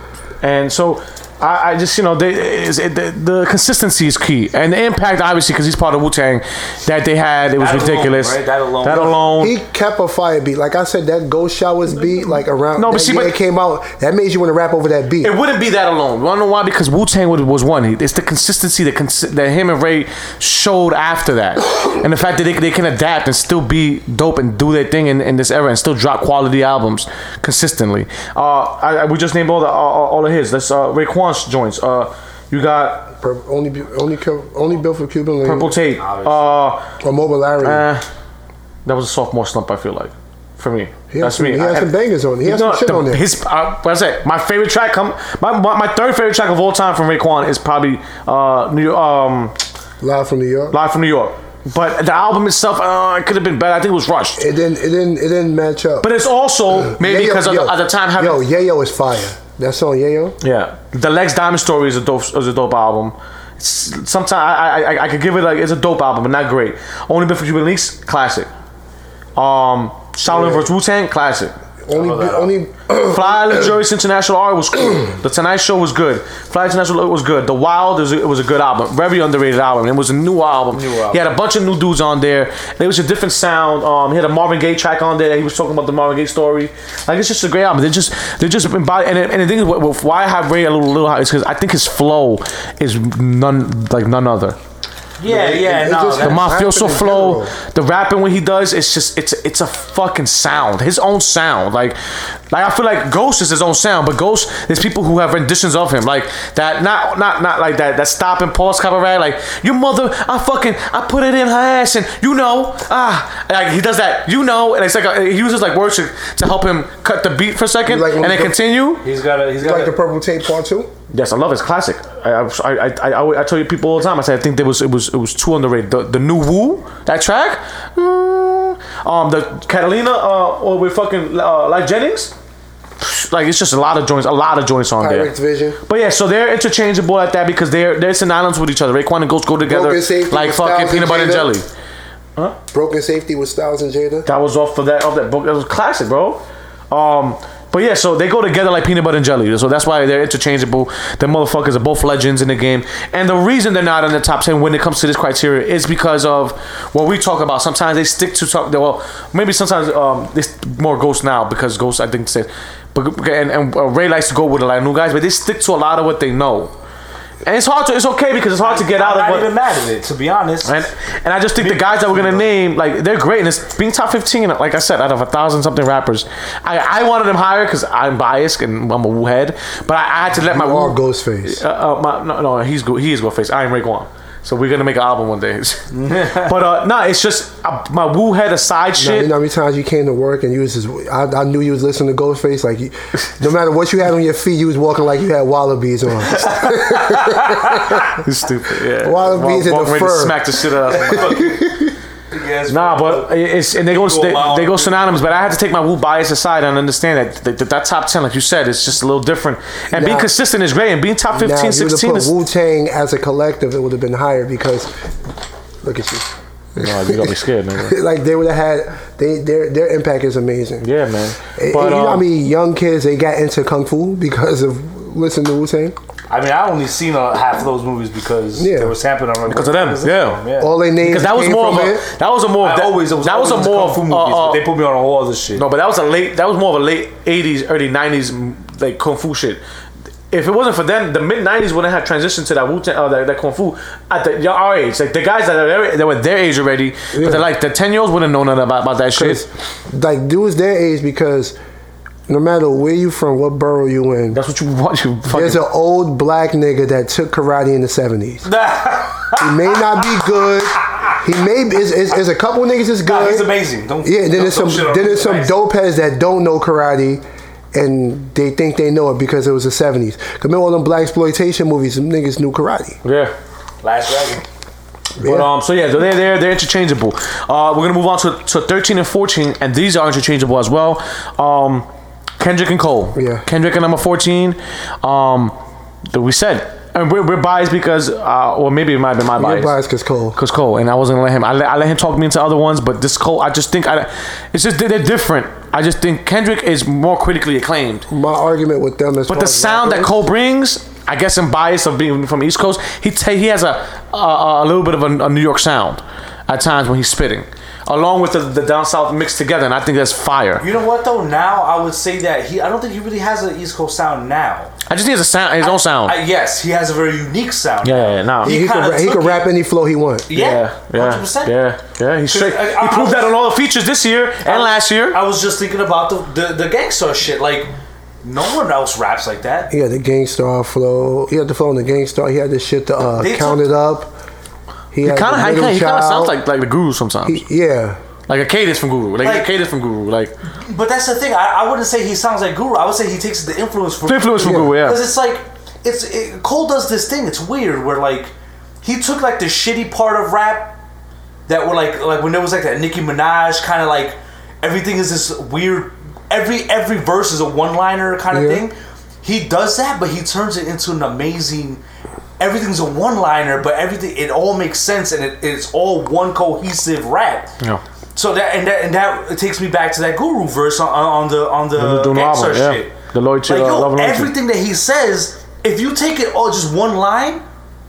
S3: And so I, I just, you know, they, is it, the, the consistency is key. And the impact, obviously, because he's part of Wu Tang, that they had, it was
S4: That alone,
S3: ridiculous.
S4: right? That alone.
S3: That alone.
S5: He kept a fire beat. Like I said, that Ghost Showers beat, like around
S3: No, but
S5: that
S3: see,
S5: year
S3: but-
S5: it came out, that made you want to rap over that beat.
S3: it wouldn't be that alone. Wanna know why? Because Wu Tang was one. It's the consistency that consi- that him and Ray showed after that, and the fact that they, they can adapt and still be dope and do their thing in, in this era and still drop quality albums consistently. Uh, I, I- we just named all the all, all of his. That's uh, Raekwon's joints. Uh, you got
S5: Pur- Only, bu- only, co- only built for Cuban Link
S3: Purple Tape. Uh,
S5: or Mobilarity.
S3: eh, that was a sophomore slump. I feel like. For me,
S5: had
S3: that's
S5: some-
S3: me.
S5: he
S3: I
S5: had some bangers on it. He had some
S3: No,
S5: shit
S3: the-
S5: on there.
S3: His, uh, what's that? My favorite track, come my, my my third favorite track of all time from Raekwon is probably uh New um
S5: Live from New York.
S3: Live from New York. But the album itself, uh, it could have been better. I think it was rushed.
S5: It didn't, it didn't, it didn't match up.
S3: But it's also maybe
S5: Yayo-
S3: because of the, at the time having
S5: yo, Yayo is fire. That song, Yayo.
S3: yeah, the Lex Diamond Story is a dope is a dope album. Sometimes I I, I I could give it like it's a dope album, but not great. Only before you release classic. Um, Shaolin
S5: Yeah.
S3: vs Wu Tang classic.
S5: Only, bu- only.
S3: Fly Luxurious International Art was cool. The Tonight Show was good. Fly International was good. The Wild was a, it was a good album, very underrated album. It was a new album. He had a bunch of new dudes on there. And it was a different sound. Um, he had a Marvin Gaye track on there. That he was talking about the Marvin Gaye story. Like it's just a great album. They just they just embody. And, it- and the thing is, wh- wh- why I have Ray a little little high is because I think his flow is none like none other.
S4: yeah, yeah,
S5: it
S4: no.
S5: just-
S4: that-
S3: The mafioso
S5: rapping in
S3: flow,
S5: general.
S3: the rapping when he does, it's just it's it's a fucking sound, his own sound. Like, like I feel like Ghost is his own sound, but Ghost, there's people who have renditions of him, like that, not not not like that, that stop and pause copyright, like your mother, I fucking I put it in her ass, and you know, ah, like he does that, you know, and it's like a, he uses like words to, to help him cut the beat for a second,
S5: Like when
S3: and then
S5: we go-
S3: continue.
S4: he's got a. He's got
S5: Like the
S4: a,
S5: Purple Tape Part Two.
S3: Yes, I love it. It's classic. I I, I, I, I, I tell you people all the time. I say I think there was it was it was too underrated. The, the new Woo that track, mm, um, the Catalina uh, or with fucking uh, like Jennings, like it's just a lot of joints, a lot of joints on there.
S5: Direct Vision.
S3: But yeah, so they're interchangeable at that because they're they're synonymous with each other. Raekwon and Ghost go together
S5: Broken Safety
S3: like
S5: with
S3: fucking
S5: Styles
S3: peanut
S5: and
S3: butter and
S5: Jada.
S3: jelly.
S5: Broken Safety with Styles and Jada.
S3: That was off of that off that book. That was classic, bro. Um, but yeah, so they go together like peanut butter and jelly. So that's why they're interchangeable. The motherfuckers are both legends in the game. And the reason they're not in the top ten when it comes to this criteria is because of what we talk about. Sometimes they stick to talk. Well, maybe sometimes um, it's more Ghost now because Ghost, I think, said. But and, and uh, Ray likes to go with a lot of new guys, but they stick to a lot of what they know. And it's hard to. It's okay because it's hard to get out
S4: I'm
S3: of.
S4: not
S3: what,
S4: even mad at it, to be honest.
S3: and and I just think the guys that we're gonna name, like they're great, and it's being top fifteen. Like I said, out of a thousand something rappers, I, I wanted them higher because I'm biased and I'm a Wu head. But I, I had to let my
S5: You are
S3: Wu-
S5: Ghostface.
S3: Uh, uh, my, no, no, he's go, he is Ghostface. I am Raekwon. So we're gonna make an album one day. [LAUGHS] but uh, no, it's just uh, my Wu head aside
S5: Now,
S3: shit.
S5: you know how many times you came to work and you was just, I, I knew you was listening to Ghostface. Like, you, no matter what you had on your feet, you was walking like you had wallabies
S3: [LAUGHS]
S5: on.
S3: It's stupid. Yeah.
S5: Wild
S3: Walk-
S5: Bees and
S3: walk
S5: the
S3: ready to
S5: Fur.
S3: smack the shit out of
S5: [LAUGHS]
S3: him.
S4: Yeah, it's-
S3: Nah, but it's and they go
S4: go
S3: they,
S4: along
S3: they go
S4: with it.
S3: synonymous. But I had to take my Wu bias aside and understand that that, that, that top ten, like you said, is just a little different. And being
S5: Now-
S3: consistent is great, and being top 15,
S5: now, if you would have
S3: 16
S5: put
S3: is.
S5: Wu Tang as a collective, it would have been higher because, look at you. [LAUGHS]
S3: No, you gotta be scared, man.
S5: like, they would have had, they their their impact is amazing.
S3: Yeah, man.
S5: And-
S3: But
S5: and Eh, you know,
S3: um,
S5: I mean, young kids they got into kung fu because of listening to Wu Tang.
S4: I mean, I only seen uh, half of those movies because
S5: Yeah.
S4: they were sampling on
S3: because of them, yeah.
S5: All they names
S3: Because that was
S5: came
S3: more of
S5: from eh?
S3: a
S5: it.
S3: that was a more of
S4: I
S3: that,
S4: always it was
S3: that was a
S4: always
S3: more
S4: kung
S3: of
S4: fu
S3: uh,
S4: movies, but
S3: uh,
S4: they put me on all this shit.
S3: No, but that was a late. That was more of a late '80s, early '90s, mm, like kung fu shit. if it wasn't for them, the mid '90s wouldn't have transitioned to that Wu Tang, uh, that, that Kung Fu at the, your, our age. Like the guys that are their, that were their age already, but they're like the ten year olds wouldn't know nothing about, about that shit.
S5: Like dudes their age because no matter where you from, what borough you in,
S3: That's what you [LAUGHS] want. You
S5: there's
S3: fucking.
S5: an old black nigga that took karate in the seventies. [LAUGHS] He may not be good. He may is is, is a couple niggas is
S4: God,
S5: good.
S4: he's amazing. Don't
S5: Yeah, then
S4: don't-
S5: there's some
S4: don't shit on
S5: then there's
S4: him.
S5: some
S4: Nice.
S5: dopeheads that don't know karate, and they think they know it because it was the '70s. Cause remember all them black exploitation movies? Some niggas knew karate.
S3: yeah.
S4: Last Dragon.
S3: But um, so yeah, they're they're, they're interchangeable. Uh, we're gonna move on to, to thirteen and fourteen, and these are interchangeable as well. Um, Kendrick and Cole.
S5: Yeah.
S3: Kendrick at number fourteen. Um, that we said, and we're, we're biased because, uh, or maybe it might be my
S5: Your
S3: bias.
S5: bias is cold.
S3: Cause Cole and I wasn't gonna let him. I let, I let him talk me into other ones, but this Cole, I just think I. It's just they're they're different. I just think Kendrick is more critically acclaimed.
S5: My argument with them is.
S3: But the sound that Cole brings, I guess I'm biased of being from East Coast. He ta- he has a a, a little bit of a, a New York sound at times when he's spitting, along with the, the down south mixed together, and I think that's fire.
S4: You know what though? Now I would say that he. I don't think he really has an East Coast sound now.
S3: I just think it's a sound, his own sound.
S4: I, yes, he has a very unique sound.
S3: yeah, yeah, yeah, nah.
S5: he,
S4: kinda
S5: can ra- he
S4: took
S5: can
S4: it.
S5: rap any flow he want.
S4: Yeah,
S3: yeah,
S4: 100%.
S3: yeah, yeah. He's straight.
S4: I-
S3: he
S4: I-
S3: proved
S4: I-
S3: that on all the features this year and last year.
S4: I was just thinking about the the, the gangster shit. Like no one else raps like that.
S5: He had the gangstar flow. He had the flow on the gangstar. He had the shit to uh,
S4: They
S5: count
S4: took-
S5: it up. He, had
S3: Kind
S5: the middle
S3: of, he kind of
S5: child.
S3: sounds like like the Guru sometimes,
S5: He- yeah.
S3: like a cadence from Guru, like, a
S4: Like-
S3: cadence from Guru, like
S4: But that's the thing. I, I wouldn't say he sounds like Guru. I would say he takes the influence from
S3: The influence from Guru, yeah.
S4: Because it's like it's it, Cole does this thing. It's weird where like he took like the shitty part of rap that were like like when there was like that Nicki Minaj kind of like everything is this weird every every verse is a one liner kind of
S5: Yeah.
S4: thing. He does that, but he turns it into an amazing. Everything's a one liner, but everything it all makes sense and it, it's all one cohesive rap.
S3: Yeah.
S4: So that and that and that takes me back to that Guru verse on, on the on the
S3: The Dun
S4: gangster
S3: Lava, yeah.
S4: shit.
S3: The Lloyd shit,
S4: Like,
S3: uh,
S4: yo,
S3: Lava Lloyd shit.
S4: everything that he says, if you take it all just one line,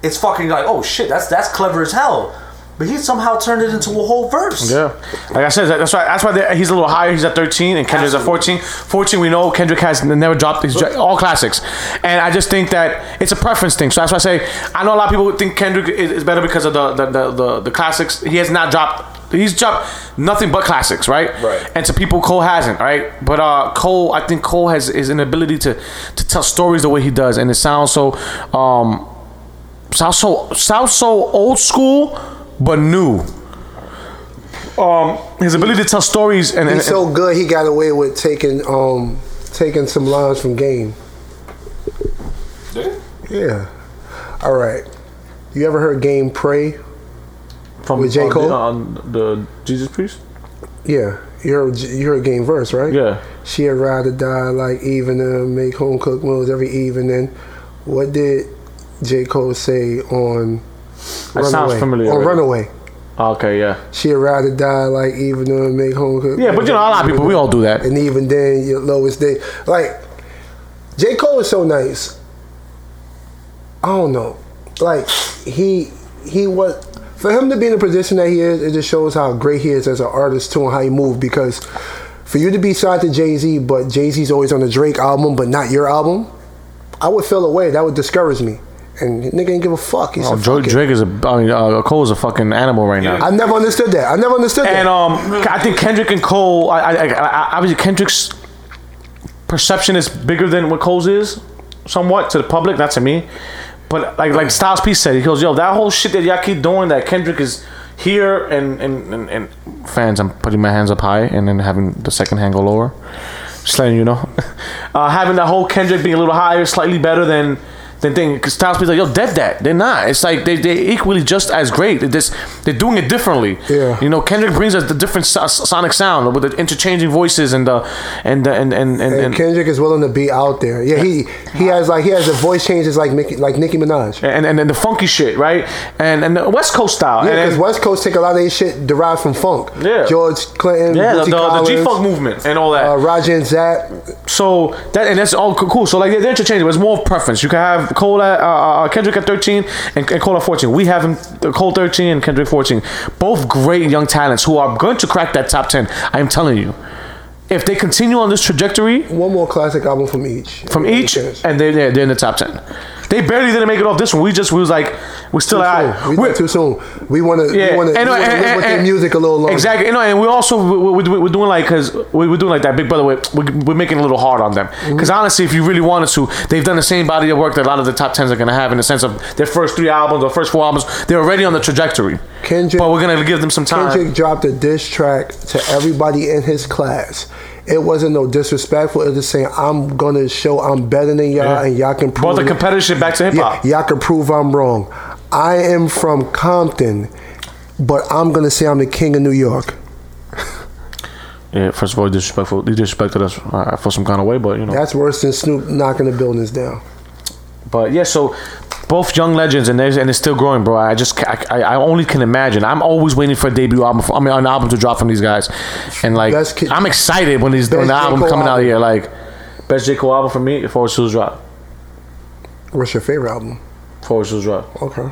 S4: it's fucking like, oh shit, that's that's clever as hell. But he somehow turned it into a whole verse.
S3: Yeah, like I said, that- that's why that's why they're- he's a little higher. He's at thirteen, and Kendrick's at fourteen. Fourteen, we know Kendrick has n- never dropped his dra- all classics, and I just think that it's a preference thing. So that's why I say I know a lot of people think Kendrick is, is better because of the the, the the the classics. He has not dropped. He's dropped nothing but classics, right?
S4: Right.
S3: And to people, Cole hasn't, right? But uh, Cole, I think Cole has his inability to to tell stories the way he does, and it sounds so um sounds so sounds so old school, but new. Um, his ability to tell stories and, and,
S5: He's so good. He got away with taking um taking some lines from Game. Yeah. All right. You ever heard Game pray?
S3: from
S5: with J.
S3: on the-
S5: Cole?
S3: on the Jesus priest.
S5: Yeah. You heard you heard Game verse, right?
S3: Yeah.
S5: She a ride or die like evening, make home cooked meals every evening. What did J Cole say on?
S3: That sounds familiar
S5: On
S3: already.
S5: Runaway.
S3: Ah, Okay, yeah,
S5: She a ride or die like evening, make home cooked.
S3: yeah, but you know, a lot of people we all do that.
S5: and even then your lowest day. Like J. Cole is so nice. I don't know. Like he he was for him to be in the position that he is, it just shows how great he is as an artist too and how he moved because for you to be signed to Jay Z, but Jay Z's always on the Drake album, but not your album, I would feel away. That would discourage me. And nigga ain't give a fuck. He's
S3: Oh,
S5: a
S3: Dra-
S5: fuck it.
S3: Drake is a I mean, uh, Cole is a fucking animal right now.
S5: I never understood that. I never understood that.
S3: And um, I think Kendrick and Cole. I, I, I, I obviously Kendrick's perception is bigger than what Cole's is, somewhat to the public, not to me. But like like Styles P said, he goes, "Yo, that whole shit that y'all keep doing, that Kendrick is here and and and, and fans, I'm putting my hands up high and then having the second hand go lower. Just letting you know, [LAUGHS] uh, having that whole Kendrick being a little higher, slightly better than." than thing, because Styles P's like, yo, dead that. They're not. It's like they they equally just as great. They just they're doing it differently.
S5: Yeah.
S3: You know, Kendrick brings us the different so- sonic sound with the interchanging voices and the and the, and and and,
S5: And
S3: and, and,
S5: Kendrick is willing to be out there. Yeah, he he has like he has the voice changes like Mickey, like Nicki Minaj.
S3: and, and the funky shit, right? And and the West Coast style.
S5: Yeah,
S3: and,
S5: because
S3: and,
S5: West Coast take a lot of their shit derived from funk.
S3: Yeah.
S5: George Clinton,
S3: yeah, the,
S5: Bootsy
S3: the,
S5: Collins,
S3: G Funk movement and all that.
S5: uh, Roger and Zap.
S3: So that and that's all co- cool. So like they're interchangeable. It's more of preference. You can have Cole at uh, uh, Kendrick at thirteen and, and Cole at fourteen. We have him uh, Cole thirteen and Kendrick fourteen. Both great young talents who are going to crack that top ten. I am telling you. if they continue on this trajectory
S5: One more classic album from each.
S3: from each, and they're, they're they're in the top ten. They barely didn't make it off this one. We just we was like we still
S5: too
S3: like,
S5: soon. We
S3: we're-
S5: went too soon. We want to.
S3: yeah,
S5: We want to
S3: and,
S5: live
S3: and- and-
S5: with their
S3: and-
S5: music a little longer.
S3: Exactly, you know, and we also we're, we're, doing- we're doing like because we're doing like that Big Brother. We're, we're we're making it a little hard on them
S5: Mm-hmm.
S3: because honestly, if you really wanted to, they've done the same body of work that a lot of the top tens are gonna have in the sense of their first three albums or first four albums. They're already on the trajectory.
S5: Kendrick-
S3: but we're gonna give them some time.
S5: Kendrick dropped a diss track to everybody in his class. It wasn't no disrespectful. It was just saying I'm gonna show I'm better than y'all,
S3: Yeah.
S5: uh, and y'all can prove
S3: Brought the
S5: it.
S3: competition back to hip
S5: Yeah,
S3: hop.
S5: y'all can prove I'm wrong. I am from Compton, but I'm gonna say I'm the king of New York.
S3: Yeah, first of all, disrespectful. They disrespected us uh, for some kind of way, but you know.
S5: That's worse than Snoop knocking the buildings down.
S3: But yeah, so both young legends and there's and it's still growing, bro. I just ca- I, I only can imagine. I'm always waiting for a debut album. For, I mean, an album to drop from these guys, and like
S5: Best kid-
S3: I'm excited when these when
S5: Best
S3: the
S5: J.
S3: album
S5: Cole
S3: coming out
S5: album.
S3: here. Like best J Cole album for me, Forward Shoes Drop,
S5: What's your favorite album?
S3: Forward Shoes Drop.
S5: Okay.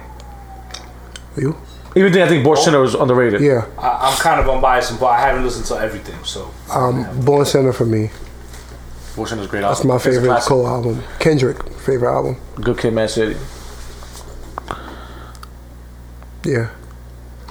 S5: You?
S3: Even then, I think Borch Center was underrated.
S5: Yeah.
S4: I, I'm kind of unbiased, but I haven't listened to everything. So
S5: Um, Born Center for me.
S3: Borch Center's a great album.
S5: That's my
S3: It's a
S5: favorite
S3: classic.
S5: Cole album. Kendrick favorite album.
S3: Good Kid, Man City.
S5: Yeah.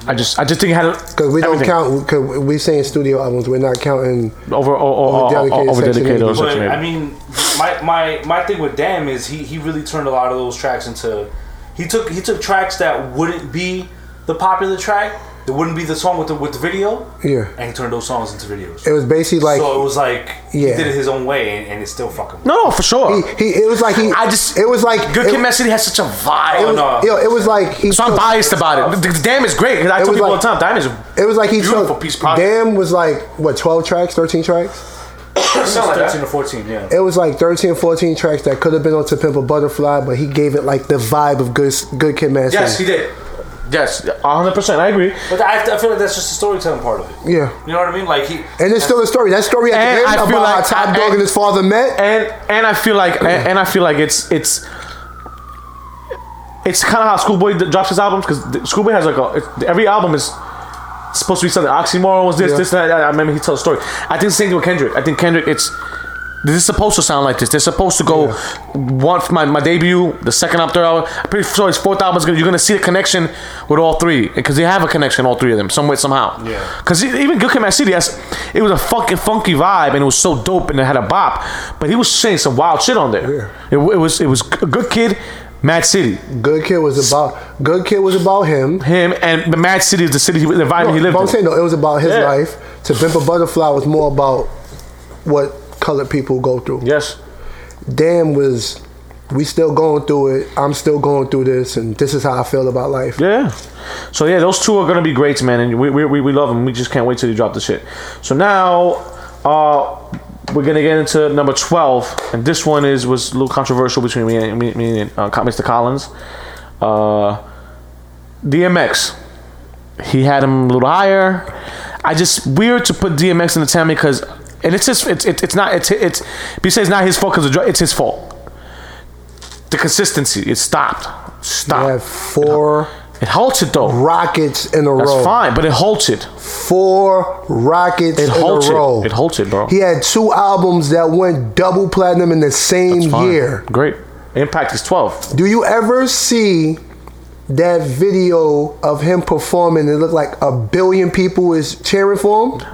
S3: I just I just think it had a,
S5: Because we
S3: Everything.
S5: don't count. Because we saying studio albums, we're not counting.
S3: over o- o- o-
S5: Dedicated
S3: o- over
S5: Section
S3: dedicated.
S5: eighty.
S3: or
S4: But
S3: Section
S4: I
S3: Eighty.
S4: mean, my, my my thing with Damn is he he really turned a lot of those tracks into. He took he took tracks that wouldn't be the popular track, that wouldn't be the song with the with the video,
S5: Yeah.
S4: and he turned those songs into videos.
S5: It was basically like
S4: so it was like
S5: Yeah.
S4: he did it his own way, and, and it's still fucking.
S3: no, no, for sure.
S5: he, he. It was like he.
S3: I just
S5: It was like
S3: Good
S5: it,
S3: Kid, Man City has such a vibe.
S5: It was,
S4: no.
S5: yo, it was like he.
S3: So I'm
S5: took-
S3: biased about it. The- the Damn is great because I
S5: It
S3: tell
S5: was
S3: people all
S5: like-
S3: the time, Damn is
S5: It was like he
S3: beautiful
S5: took.
S3: piece of product.
S5: Damn was like what twelve tracks, thirteen tracks.
S3: Sound like
S4: thirteen
S3: that.
S4: or fourteen, yeah.
S5: It was like 13, 14 tracks that could have been on To Pimp a Butterfly, but he gave it like the vibe of Good Good Kid, Man.
S4: Yes, he
S5: City.
S4: did.
S3: Yes, 100. percent I agree.
S4: But I, I feel like that's just the storytelling part of it.
S5: yeah.
S4: You know what I mean? Like he.
S5: And it's still a story. That story at
S3: And
S5: the
S3: I
S5: end
S3: feel
S5: about
S3: like-
S5: how Top
S3: I-
S5: Dog and his father met.
S3: And and I feel like and, and I feel like it's it's it's kind of how Schoolboy d- drops his albums because Schoolboy has like a it's- every album is supposed to be something oxymoron was this
S5: Yeah.
S3: this and that. I remember he tells a story. I think the same thing with Kendrick. I think Kendrick it's. This is supposed to sound like this. They're supposed to go one for my, my debut, the second album, third album. I'm pretty sure his fourth album is gonna you're gonna see the connection with all three because they have a connection all three of them some way somehow.
S4: Yeah.
S3: Because even Good Kid, M.A.D. City, that's- it was a fucking funky vibe and it was so dope and it had a bop, but he was saying some wild shit on there.
S5: Yeah.
S3: It, w- it was it was G- Good Kid, Mad City,
S5: Good Kid was about Good Kid was about him.
S3: him and but Mad City is the city, he- the environment he
S5: No,
S3: lived
S5: but I'm
S3: in.
S5: saying no, it was about his
S3: Yeah.
S5: life. To Pimp a Butterfly was more about what colored people go through.
S3: yes.
S5: Damn was we still going through it. I'm still going through this, and this is how I feel about life.
S3: Yeah. So yeah, those two are gonna be greats, man, and we we, we, we love them. We just can't wait till they drop the shit. So now, uh, we're gonna get into number twelve, and this one is was a little controversial between me and me, me and uh, Mr. Collins. Uh, DMX, he had him a little higher. I just weird to put DMX in the ten because, and it's just it's it's, it's not it's it's besides it's not his fault because it's his fault. The consistency, it stopped,
S5: I
S3: stopped.
S5: have four
S3: It halted though.
S5: rockets in a
S3: That's
S5: row.
S3: fine, but it halted.
S5: Four rockets
S3: It
S5: in
S3: halted.
S5: a row.
S3: It halted, bro.
S5: He had two albums that went double platinum in the same
S3: It's fine.
S5: year.
S3: Great. Impact is 12.
S5: Do you ever see that video of him performing? It looked like a billion people is cheering for him.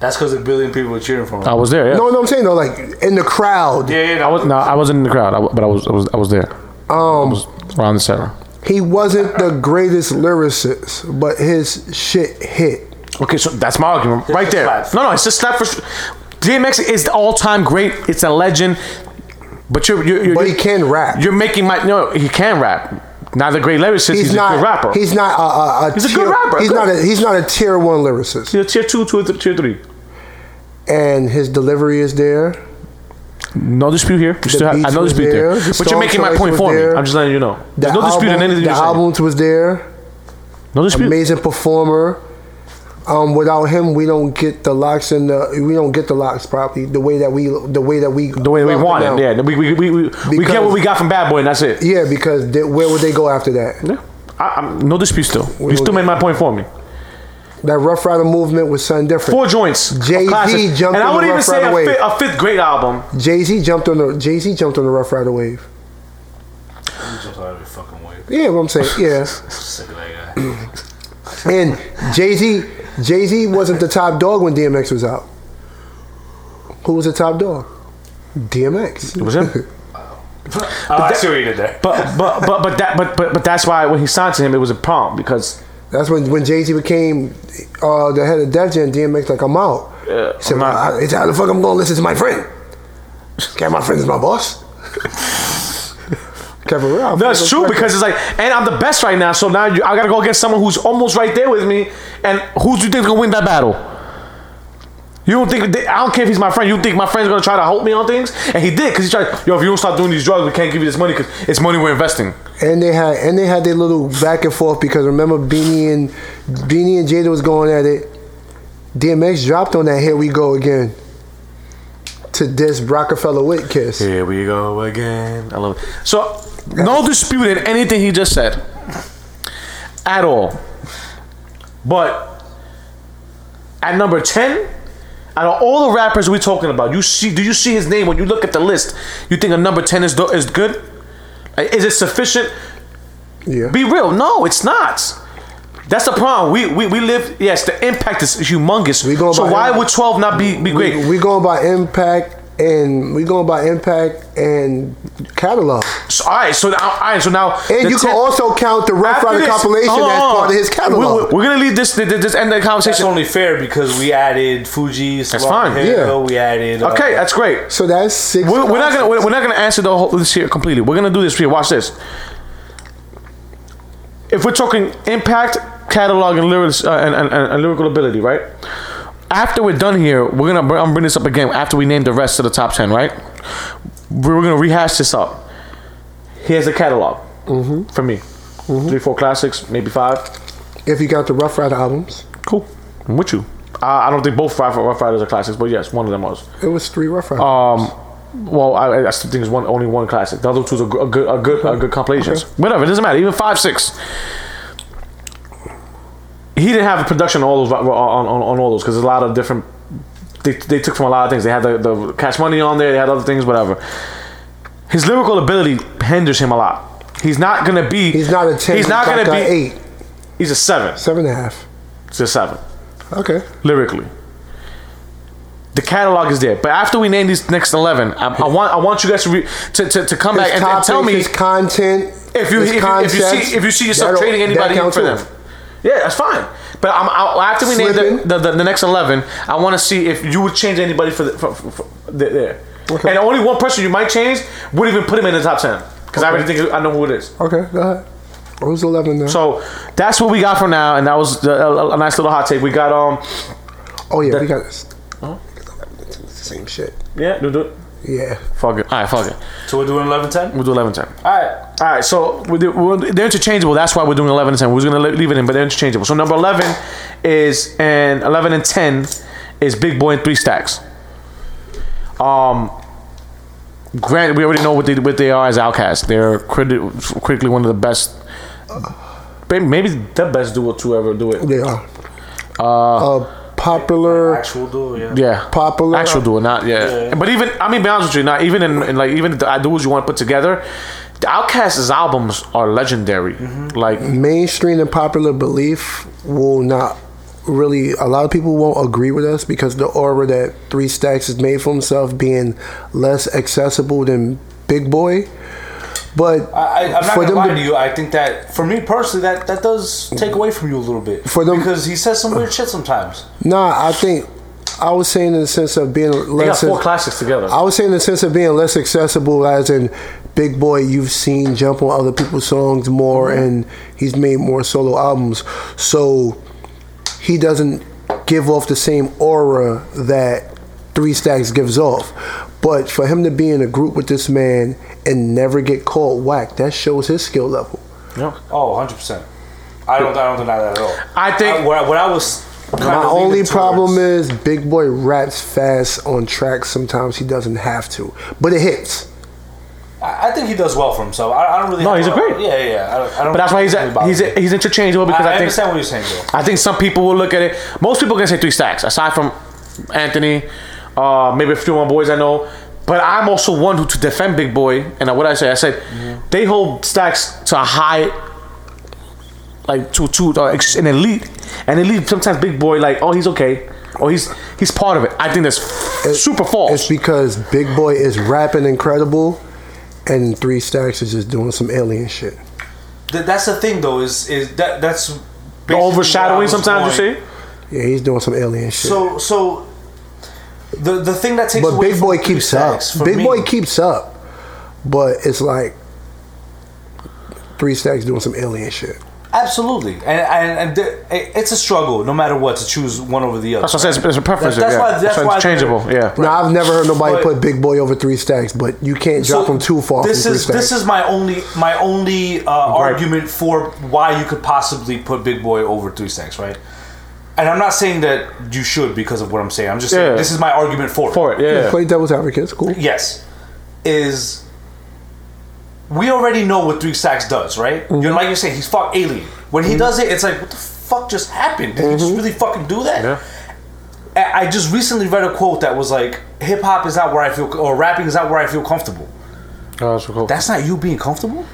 S4: That's because a billion people were cheering for him.
S3: I was there, yeah.
S5: No, no, I'm saying though, like in the crowd,
S4: yeah, yeah.
S3: I was no, I wasn't in the crowd, I w but I was I was I was there.
S5: Oh.
S3: Um I was around the center.
S5: he wasn't the greatest lyricist, but his shit hit.
S3: Okay, so that's my argument right
S4: just
S3: there.
S4: slaps.
S3: No, no, it's just slap for DMX is the all-time great. It's a legend. But you're you're, you're
S5: But he can rap.
S3: You're making my no, he can rap. Not a great lyricist, he's,
S5: He's, not
S3: a good rapper.
S5: He's not a, a, a
S3: He's a good
S5: tier,
S3: rapper,
S5: He's
S3: good.
S5: not a he's not a tier one lyricist,
S3: He's a tier 2, tier 3, tier 3.
S5: and his delivery is there.
S3: No dispute here. You still have, I
S5: beats
S3: know
S5: was
S3: dispute
S5: there,
S3: there.
S5: the
S3: but you're
S5: song
S3: making my
S5: choice
S3: point
S5: was
S3: for
S5: there.
S3: me. I'm just letting you know.
S5: The
S3: There's no dispute in
S5: album-
S3: anything
S5: The
S3: you're saying.
S5: albums was there.
S3: No dispute.
S5: Amazing performer. Um, without him, we don't get the locks in the we don't get the locks properly the way that we the way that we
S3: the way we want it. Yeah, we, we, we, we, we get what we got from Bad Boy, and that's it.
S5: Yeah, because they, where would they go after that?
S3: Yeah. I, I'm, no dispute still. You
S5: we-
S3: still made my point for me.
S5: That Rough Rider movement was something different.
S3: Four joints. of
S5: Jay-Z
S3: classics.
S5: jumped
S3: And I
S5: on
S3: would
S5: the
S3: even
S5: Rough
S3: say
S5: Rider
S3: a,
S5: wave.
S3: fi- a fifth grade album.
S5: Jay Z jumped on the Jay Z jumped on the Rough Rider wave.
S4: I'm so tired of this fucking way.
S5: Yeah, what I'm saying.
S3: [LAUGHS]
S5: Yeah,
S4: Sick of that [CLEARS THROAT] guy.
S5: and Jay Z Jay Z wasn't the top dog when DMX was out. Who was the top dog? DMX.
S3: It was
S5: [LAUGHS]
S3: him.
S4: Oh, I see what you did there.
S3: But but but but that but but but that's why when he signed to him, it was a problem because
S5: That's when when Jay Z became uh, the head of Def Jam. DMX like I'm out.
S3: uh,
S5: He said,
S3: I'm not-
S5: "Well, I- it's how the fuck I'm gonna listen to my friend? Can't my friend is
S3: [LAUGHS]
S5: my boss. Kevin Ralph.
S3: No, it's true because it's like, and I'm the best right now. So now you, I gotta go against someone who's almost right there with me. And who do you think's gonna win that battle? You don't think? I don't care if he's my friend. You think my friend's gonna try to help me on things? And he did because he tried. Yo, if you don't stop doing these drugs, we can't give you this money because it's money we're investing.
S5: and they had and they had their little back and forth because remember Beanie and Beanie and Jada was going at it. DMX dropped on that. Here we go again. To this Rockefeller Wit kiss.
S3: Here we go again. I love it. So no dispute in anything he just said at all. But at number ten, out of all the rappers we talking about, you see, do you see his name when you look at the list? You think a number ten is do- is good? Like, Is it sufficient?
S5: Yeah.
S3: Be real. No, it's not. That's the problem. We, we we live. Yes, the impact is humongous.
S5: We going
S3: so
S5: by
S3: why
S5: impact.
S3: would twelve not be be great?
S5: we, we going by impact and we going by impact and catalog.
S3: So, all right. So now, all right. So now,
S5: And
S3: the
S5: you can
S3: 10
S5: also count the Rough
S3: After
S5: Rider
S3: this-
S5: compilation
S3: hold on,
S5: as
S3: hold on.
S5: part of his
S3: We,
S5: catalog.
S3: we, we're gonna leave this. th- th- Just end the
S4: That's
S3: conversation.
S4: only fair because we added Fuji. That's
S3: fine,
S5: yeah.
S4: We added. uh,
S3: okay, that's great.
S5: So that's six.
S3: We're, we're not gonna we're, we're not gonna answer the whole this here completely. We're gonna do this here. Watch this. If we're talking impact, catalog, and lyrical uh, and, and, and, and lyrical ability, right? After we're done here, we're gonna br- I'm gonna bring this up again. After we name the rest of the top ten, right? We're we're gonna rehash this up. Here's the catalog
S5: Mm-hmm.
S3: for me. Three, four classics, maybe five.
S5: If you count the Rough Rider albums,
S3: Cool. I'm with you. I, I don't think both Rough, Rough Riders are classics, but yes, one of them was.
S5: it was three Rough Riders.
S3: Um, well, I, I still think it's one only one classic. The other two's are gr- are good, are good, are good compilations. Whatever, it doesn't matter. Even five, six. He didn't have a production on all those on, on, on all those because there's a lot of different. They, they took from a lot of things. They had the, the cash money on there. They had other things, whatever. His lyrical ability hinders him a lot. He's not gonna be.
S5: he's not a ten.
S3: He's not gonna
S5: like a
S3: be.
S5: eight,
S3: He's a seven.
S5: seven and a half.
S3: He's a seven.
S5: Okay.
S3: lyrically. The catalog is there, but after we name these next eleven, I, I want I want you guys to re, to, to, to come back and, and tell me
S5: his content.
S3: if you if, you-
S5: his
S3: if you
S5: concepts,
S3: see if you see yourself
S5: that'll-
S3: trading
S5: that
S3: anybody in
S5: counts
S3: for
S5: too.
S3: them. Yeah, that's fine. But I'm I, after we name
S5: Slippin'.
S3: the, the, the, the next eleven, I want to see if you would change anybody for, the, for, for, for the, there.
S5: Okay.
S3: And only one person you might change would even put him in the top ten because I already think I know who it is.
S5: Okay, go ahead. Who's eleven now?
S3: So that's what we got for now, and that was the, a, a nice little hot take. We got um
S5: oh yeah,
S3: that-
S5: we got this. Same shit.
S3: yeah do, do,
S5: Yeah.
S3: fuck it all right fuck it
S4: So we're doing 11 10?
S3: we'll do eleven ten.
S4: All right.
S3: All right, so we do- we're, they're interchangeable. That's why we're doing 11 and 10. We're going to leave it in, but they're interchangeable. So number 11 is, and 11 and 10 is Big Boy and Three Stacks. Um, granted, we already know what they, what they are as Outcasts. They're criti- critically one of the best, may- maybe the best duo to ever do it.
S5: They are. Uh, popular.
S4: Actual duel, yeah.
S3: Yeah.
S5: Popular.
S3: Actual duo, not, yeah.
S4: Yeah.
S3: But even, I mean, be honest with you, not even in, in like, even the duos you want to put together, the Outcasts' albums are legendary.
S4: Mm-hmm.
S3: Like,
S5: mainstream and popular belief will not really a lot of people won't agree with us because the aura that three stacks has made for himself being less accessible than big boy but
S4: I, I, I'm not
S5: for
S4: gonna
S5: them
S4: lie
S5: to-
S4: to you. I think that for me personally, that that does take away from you a little bit.
S5: For them-
S4: because he says some weird shit sometimes.
S5: nah i think i was saying in the sense of being
S3: They got
S5: less
S3: four classics together.
S5: I would say in the sense of being less accessible, as in Big Boy, you've seen jump on other people's songs more,
S4: Mm-hmm.
S5: and he's made more solo albums, so he doesn't give off the same aura that Three Stacks gives off. But for him to be in a group with this man and never get caught whack, that shows his skill level.
S4: Oh, 100 percent. I don't. I don't deny that at all.
S3: I think-
S4: what, I- what I was. kind
S5: My
S4: of leaning
S5: only
S4: towards-
S5: problem is Big Boy raps fast on tracks. Sometimes he doesn't have to, but it hits.
S4: I, I think he does well for himself. I, I don't really.
S3: No,
S4: have
S3: he's a great-
S4: Yeah, yeah. yeah. I don't, I don't
S3: But that's why he's
S4: really bother
S3: he's
S4: me.
S3: he's interchangeable because
S4: I,
S3: I,
S4: I
S3: think
S4: understand what you're saying, though.
S3: I think some people will look at it. Most people are gonna say three stacks, aside from Anthony, uh, maybe a few more boys I know. But I'm also one who to defend Big Boy, and what I say, I said
S4: Mm-hmm.
S3: they hold stacks to a high, like to to uh, ex- an elite, and elite sometimes Big Boy like, oh he's okay, or he's he's part of it. I think that's super
S5: It's
S3: false.
S5: because Big Boy is rapping incredible, and Three Stacks is just doing some alien shit.
S4: Th- that's the thing, though. Is is that that's
S3: The
S4: basically where I
S3: overshadowing
S4: was
S3: sometimes
S4: going.
S3: you see.
S5: Yeah, he's doing some alien shit.
S4: So so. The, the thing that takes
S5: but
S4: away
S5: Big
S4: from
S5: Boy
S4: Three
S5: keeps up.
S4: Stacks for
S5: Big
S4: me-
S5: Boy keeps up, but it's like Three Stacks doing some alien shit.
S4: Absolutely, and and, and th- it- it's a struggle no matter what to choose one over the other.
S3: That's what I said. It's, it's a preference.
S4: That- that's
S3: yeah.
S4: why- that's
S3: so
S4: why I-
S3: interchangeable. yeah.
S5: Now I've never heard nobody
S4: But-
S5: put Big Boy over Three Stacks, but you can't drop him too far
S4: This
S5: from
S4: is
S5: Three Stacks.
S4: this is my only my only uh, argument for why you could possibly put Big Boy over Three Stacks, right? And I'm not saying that you should because of what I'm saying. I'm just saying
S3: Yeah.
S4: this is my argument for it.
S3: For it, yeah.
S5: Play devil's advocate. It's cool.
S4: Yes, is we already know what Three Stacks does, right?
S5: Mm-hmm.
S4: You're like you're saying he's fuck alien. When he does it, it's like what the fuck just happened? Did
S5: Mm-hmm.
S4: he just really fucking do that?
S3: Yeah.
S4: I I just recently read a quote that was like, "Hip hop is not where I feel, or rapping is not where I feel comfortable."
S3: Oh, that's cool.
S4: That's not you being comfortable.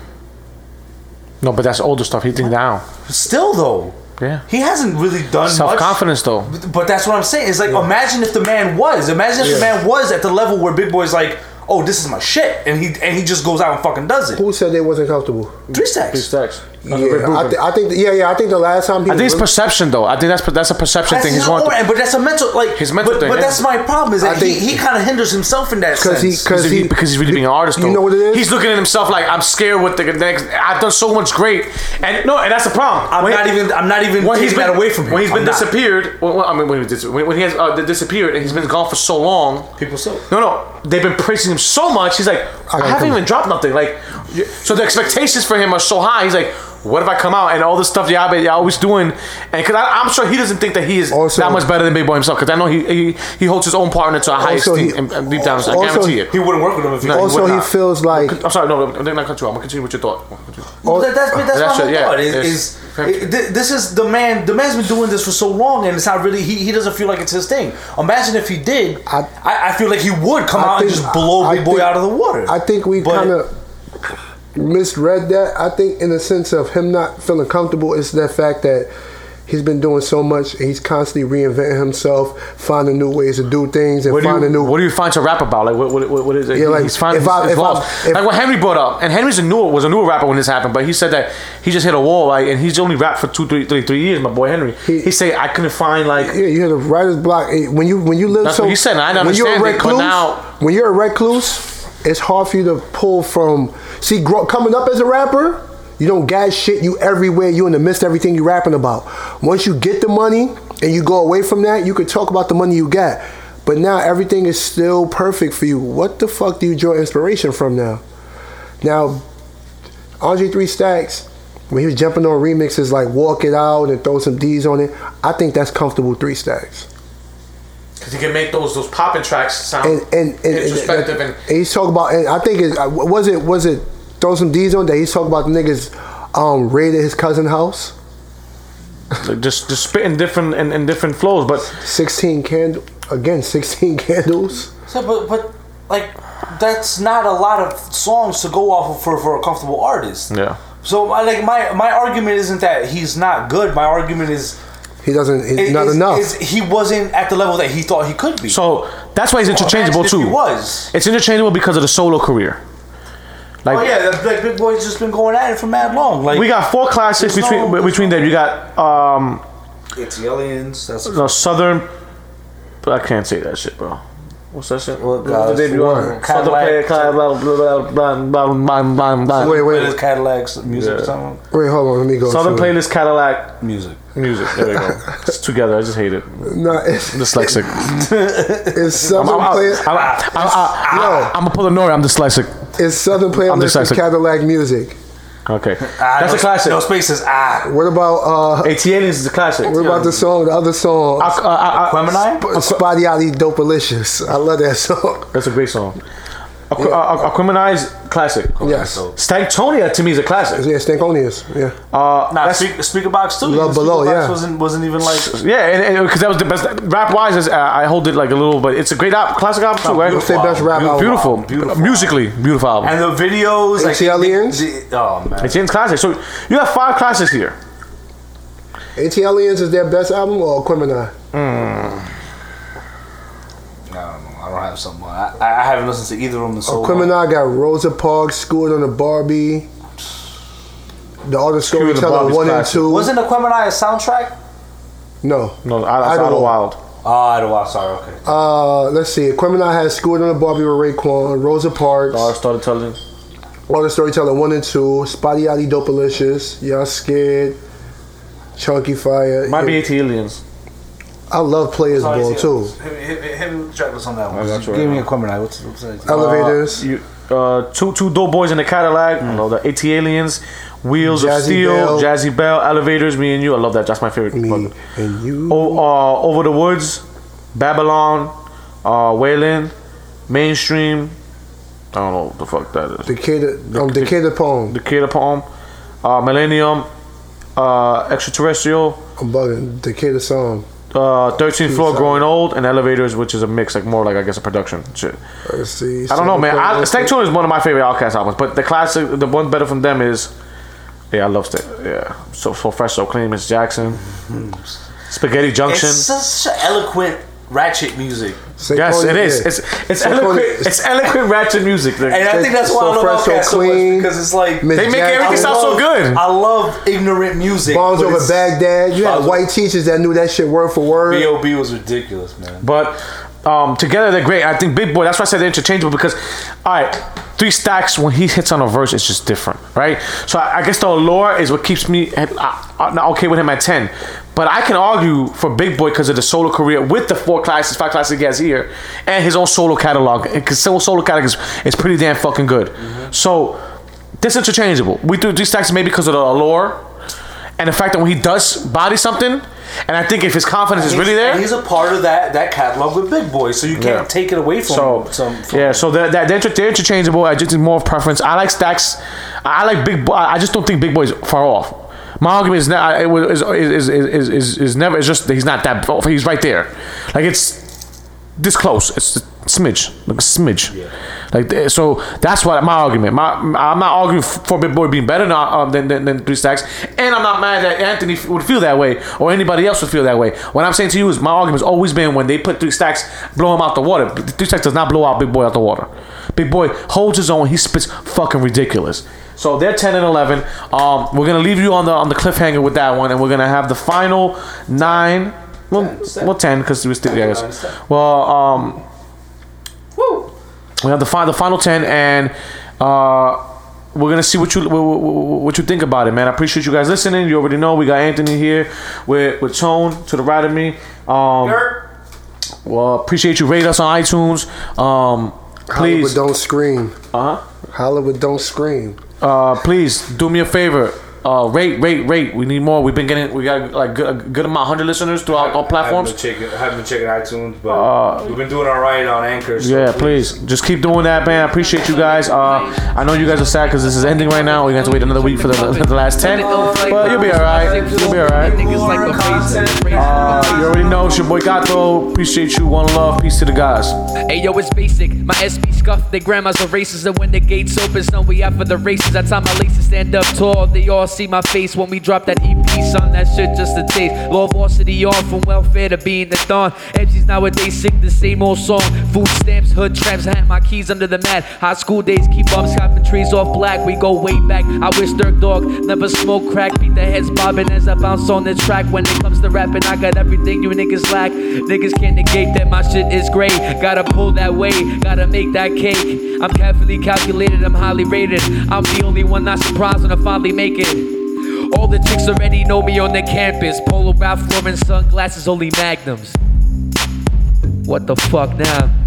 S3: no, but that's older stuff. He think down.
S4: Still though,
S3: Yeah.
S4: he hasn't really done
S3: Self confidence though.
S4: Much, but that's what I'm saying. It's like, imagine if the man was. Imagine if the
S5: Yeah.
S4: man was at the level where Big Boy's like, "Oh, this is my shit," and he and he just goes out and fucking does it.
S5: Who said they wasn't comfortable?
S4: Three stacks.
S3: Three stacks.
S5: Yeah, I, thi- I think. Yeah, yeah. I think the last time he
S3: I think it's
S5: really-
S3: perception though. I think that's that's a perception
S4: That's
S3: thing. He's
S4: his
S3: going
S4: own,
S3: through.
S4: but that's a mental like
S3: His mental
S4: but,
S3: thing,
S4: But
S3: yeah.
S4: that's my problem is
S5: I
S4: that he,
S5: think-
S4: he kind of hinders himself in that sense.
S5: 'Cause he-
S3: Because he,
S5: he-
S3: because he's really being an artist.
S5: you
S3: though.
S5: know what it is?
S3: He's looking at himself like I'm scared what the next. I've done so much great, and no, and that's the problem.
S4: I'm
S3: When-
S4: not even. I'm not even
S3: when
S4: taking
S3: he's been
S4: that away from him.
S3: when he's been
S4: I'm not.
S3: disappeared. Well, well, I mean, when he, dis- when, when he has uh, disappeared and he's been gone for so long,
S4: People so.
S3: No, no, they've been praising him so much. He's like, I,
S5: gotta
S3: haven't
S5: come-
S3: even dropped nothing. Like, y- so the expectations for him are so high. He's like, what if I come out and all this stuff y'all, be- y'all always doing? And because I'm sure he doesn't think that he is
S5: Also-
S3: that much better than Big Boy himself. Because I know he, he he holds his own partner to a high
S5: Also,
S3: esteem
S5: he-
S3: and, and deep down. I
S5: also-
S3: guarantee it.
S4: He wouldn't work with him if he.
S3: No,
S4: would
S5: Also, he
S4: not.
S5: feels like
S3: I'm sorry, no, I'm not cut you. off. I'm gonna continue with your thought.
S5: Oh,
S4: Well, that, that's
S5: uh,
S4: that's,
S3: That's
S4: my
S3: it,
S4: whole
S3: yeah,
S4: thought. Is,
S3: it's-
S4: is it- thi- this is the man? The man's been doing this for so long, and it's not really. He, he doesn't feel like it's his thing. Imagine if he did. I
S5: I-
S4: I, feel like he would come
S5: I
S4: out and
S5: think-
S4: just blow
S5: I
S4: Big Boy
S5: think-
S4: out of the water.
S5: I think we
S4: But-
S5: kind of misread that. I think in the sense of him not feeling comfortable is that fact that he's been doing so much and he's constantly reinventing himself, finding new ways to do things and
S3: What do,
S5: finding
S3: you,
S5: new.
S3: what do you find to rap about? Like, what, what, what- what is it?
S5: Yeah, like,
S3: he's finding
S5: if I-
S3: he's,
S5: if I-
S3: lost.
S5: if-
S3: like what Henry brought up, and Henry's a newer was a newer rapper when this happened, but he said that he just hit a wall, like, and he's only rapped for two, three, three, three years. My boy Henry, he,
S5: He-
S3: said I couldn't find like
S5: yeah, you had a writer's block Eh, when you when you live
S3: That's
S5: so.
S3: what he said, and I didn't
S5: when you're a
S3: understand it, but
S5: recluse,
S3: now-
S5: when you're a recluse, it's hard for you to pull from. See, grow, coming up as a rapper, you don't gas shit. You everywhere. You in the midst of everything you rapping about. Once you get the money and you go away from that, you could talk about the money you got. But now everything is still perfect for you. What the fuck do you draw inspiration from now? Now, Andre Three Stacks, when he was jumping on remixes like "Walk It Out" and throw some D's on it, I think that's comfortable Three Stacks.
S3: because he can make those those popping tracks sound
S5: And and and, and-
S3: introspective and,
S5: and he's talking about. And I think it uh, was it was it throw some D's on that he's talking about the niggas um, raided his cousin house.
S3: like, just just spitting different and, and different flows. But
S5: Sixteen candle again. Sixteen [LAUGHS] candles.
S4: So, but but like that's not a lot of songs to go off of for for a comfortable artist.
S3: yeah,
S4: So I- like my my argument isn't that he's not good. My argument is
S5: He doesn't. He's
S4: is-
S5: not
S4: is-
S5: enough.
S4: is he wasn't at the level that he thought he could be.
S3: so that's why he's interchangeable
S4: Imagine if
S3: too.
S4: He was.
S3: It's interchangeable because of the solo career. Like
S4: Oh yeah, that- like Big Boy's just been going at it for mad long. Like
S3: we got four classics
S4: There's
S3: between
S4: no-
S3: between them. You got um.
S4: it's the aliens. That's
S3: No, Southern. But I can't say that shit, bro. What's that shit? What,
S4: God,
S5: Oh,
S3: the debut
S4: it's
S3: album?
S4: one.
S3: Southern
S4: Cadillac.
S3: player, Cadillac, blah, blah, blah, blah, blah, blah, blah.
S5: wait,
S4: Wait, is
S5: wait,
S4: Cadillac's music or something?
S5: wait. Hold on. Let me go.
S3: Southern
S5: to it.
S3: playlist Cadillac
S4: Music.
S3: music. There we
S5: [LAUGHS]
S3: go. it's together. I just hate it.
S5: No, it's,
S3: Dyslexic.
S5: it's
S3: I'm,
S5: Southern
S3: I'm, out.
S5: playlist.
S3: I'm, out. I'm, I'm,
S5: No.
S3: I'm, I'm a pull a Nori. I'm dyslexic.
S5: It's Southern playlist
S3: dyslexic.
S5: of Cadillac music.
S3: Okay.
S4: Ah,
S3: That's
S4: no,
S3: a classic.
S4: No spaces. Ah,
S5: What about uh?
S3: ATN is the classic.
S5: What about the song? The other song.
S3: Uh, uh, uh,
S4: Gemini.
S5: Sp- Spotty Ali Dopalicious. I love that song.
S3: That's a great song. Aqu- uh, Aqu- Aquemini is classic.
S5: Yes.
S3: Stankonia to me is a classic.
S5: Yeah, Stankonius. Yeah.
S3: Uh,
S4: Nah,
S3: that's-
S4: speak, speaker box too.
S5: Love
S4: Speaker
S5: Below,
S4: Box
S5: yeah.
S4: wasn't wasn't even like.
S3: yeah, and because that was the best rap wise. Is, uh, I hold it like a little, but it's a great album, classic album too, right?
S5: You'll say best rap album.
S3: beautiful,
S4: Beautiful.
S3: musically beautiful album.
S4: And the videos, like,
S5: ATLians?
S4: the- oh man,
S3: it's in classic. So you have five classics here.
S5: ATLians is their best album or Aquemini?
S4: I don't know. I don't have someone. I, I I haven't listened to either of them in
S3: Oh,
S4: so long.
S5: Aquemini got Rosa Parks, Schooled on the Barbie. The other
S3: on the
S5: storyteller
S3: Barbie's
S5: one and
S3: classic.
S5: two.
S4: Wasn't Aquemini a soundtrack?
S5: No.
S3: No, I, I, Wild.
S5: Idlewild.
S4: Oh, I don't. Wow, sorry. Okay.
S5: Uh, let's see. Aquemini has Schooled on the Barbie with Raekwon, Rosa Parks,
S3: I started telling.
S5: Other Storyteller one and two, Spotty Ali Dopalicious, Y'all Scared, Chunky Fire.
S3: Might be
S5: Yeah.
S3: 80 aliens.
S5: I love Players
S4: Sorry,
S5: Ball
S4: see,
S5: too.
S4: Hit me, hit me, hit me with the tracklist on that one.
S3: I got
S4: Just
S3: you
S4: Give
S3: right
S4: me
S3: now.
S4: Aquemini. What's what's that?
S5: Elevators.
S3: You, uh, two two dope boys in a Cadillac. I love that. 80 aliens. Wheels of
S5: Jazzy
S3: Steel.
S5: Bell.
S3: Jazzy Bell. Elevators. Me and you. I love that. That's my favorite.
S5: me
S3: Fuck.
S5: and you.
S3: O- uh, Over the Woods, Babylon, uh, Waylon, Mainstream. I don't know what the fuck that is.
S5: Decatur, um, Decatur poem.
S3: The Kid Poem, uh, Millennium, uh, Extraterrestrial,
S5: I'm bugging. Decatur song.
S3: uh, 13th Floor,
S5: Inside.
S3: Growing Old, and Elevators, which is a mix, like more like I guess a production shit.
S5: Let's Uh, see.
S3: I don't know, man. I, Stack Tune is one of my favorite Outcast albums, but the classic, the one better from them is, yeah, I love Stack. Yeah, so for fresh, so clean, Miss Jackson, Spaghetti Junction.
S4: It's such eloquent ratchet music.
S5: Saint
S3: yes, it
S5: Paul,
S3: is.
S5: yeah.
S3: It's it's
S5: So funny.
S3: eloquent. It's eloquent ratchet music.
S4: [LAUGHS]
S3: Like,
S4: And I think that's why
S5: So
S4: I love
S5: fresh, so
S4: Outkast so much
S5: clean.
S4: because it's like
S5: Miss They make Jackson. everything
S3: sound so
S4: I love-
S3: good.
S4: I love ignorant music.
S5: Bombs
S4: but
S5: over
S4: it's-
S5: Baghdad. You had
S4: Bombs-
S5: white teachers that knew that shit word for word.
S4: B.O.B. was ridiculous, man.
S3: But um, together they're great. I think Big Boy. That's why I said they're interchangeable because, all right, Three Stacks when he hits on a verse, it's just different, right? So I, I guess the allure is what keeps me at, I, I'm not okay with him at ten. But I can argue for Big Boy because of the solo career with the four classes, five classes he has here, and his own solo catalog. Because solo catalog is, is pretty damn fucking good.
S4: Mm-hmm.
S3: So this interchangeable. We do Three Stacks maybe because of the allure. And the fact that when he does body something, and I think if his confidence is really
S4: He's-
S3: there,
S4: and He's a part of that that catalog with Big Boy, so you can't
S3: Yeah.
S4: take it away from
S3: So
S4: him. Some, from
S3: yeah, so they're, they're, inter- they're interchangeable. I just it's more of preference. I like stacks. I like big. Bo- I just don't think big boy's far off. My argument is not. It was, is, is, is, is, is never. It's just that he's not that. Off. He's right there. Like it's this close. It's a smidge. Like a smidge. Like th- so. That's what my argument. My I'm not arguing for big boy being better than, um, than, than than three stacks. And I'm not mad that Anthony f- would feel that way or anybody else would feel that way. What I'm saying to you is my argument's always been when they put three stacks, blow him out the water. But Three stacks does not blow out Big Boy out the water. Big Boy holds his own. He spits fucking ridiculous. So they're ten and eleven. Um, we're gonna leave you on the on the cliffhanger with that one, and we're gonna have the final nine. Well, well, ten because we were still yeah, I guess. Well, um, we have the final, the final ten, and uh, we're gonna see what you what, what- what you think about it, man. I appreciate you guys listening. You already know we got Anthony here with with Tone to the right of me. Um, well, appreciate you rate us on iTunes. Um,
S5: Holla
S3: please,
S5: but don't scream.
S3: uh-huh.
S5: Holla but don't scream.
S3: uh, please do me a favor. Uh, rate, rate, rate. We need more. We've been getting, we got like good, a good amount, hundred listeners throughout our platforms. Uh,
S4: I haven't been checking, I haven't been checking iTunes, but we've been doing all right on Anchor. So
S3: Yeah, please. Just keep doing that, man. I appreciate you guys. Uh, I know you guys are sad because this is ending right now. We're going to have to wait another week for the, [LAUGHS] the last 10. But you'll be alright. You'll be alright.
S7: Niggas like a face.
S3: Uh, you already know. It's your boy Gato. Appreciate you. One love. Peace to the guys.
S7: Ayo, it's basic. My SP scuffed, their grandmas are racist. And when the gates open, son, we out for the races. That's how my laces stand up tall. They all see my face when we drop that EP, son. That shit just a taste. Law varsity on from welfare to being the dawn. MCs nowadays sing the same old song. Food stamps, hood traps, had my keys under the mat. High school days, keep up, chopping trees off black. We go way back. I wish Dirk Dog never smoked crack. Beat the heads bobbing as I bounce on the track. When it comes to rapping, I got everything you niggas lack. Niggas can't negate that my shit is great. Gotta pull that way, gotta make that cake. I'm carefully calculated, I'm highly rated. I'm the only one not surprised when I finally make it. All the chicks already know me on the campus. Polo Ralph Lauren sunglasses, only magnums. What the fuck now?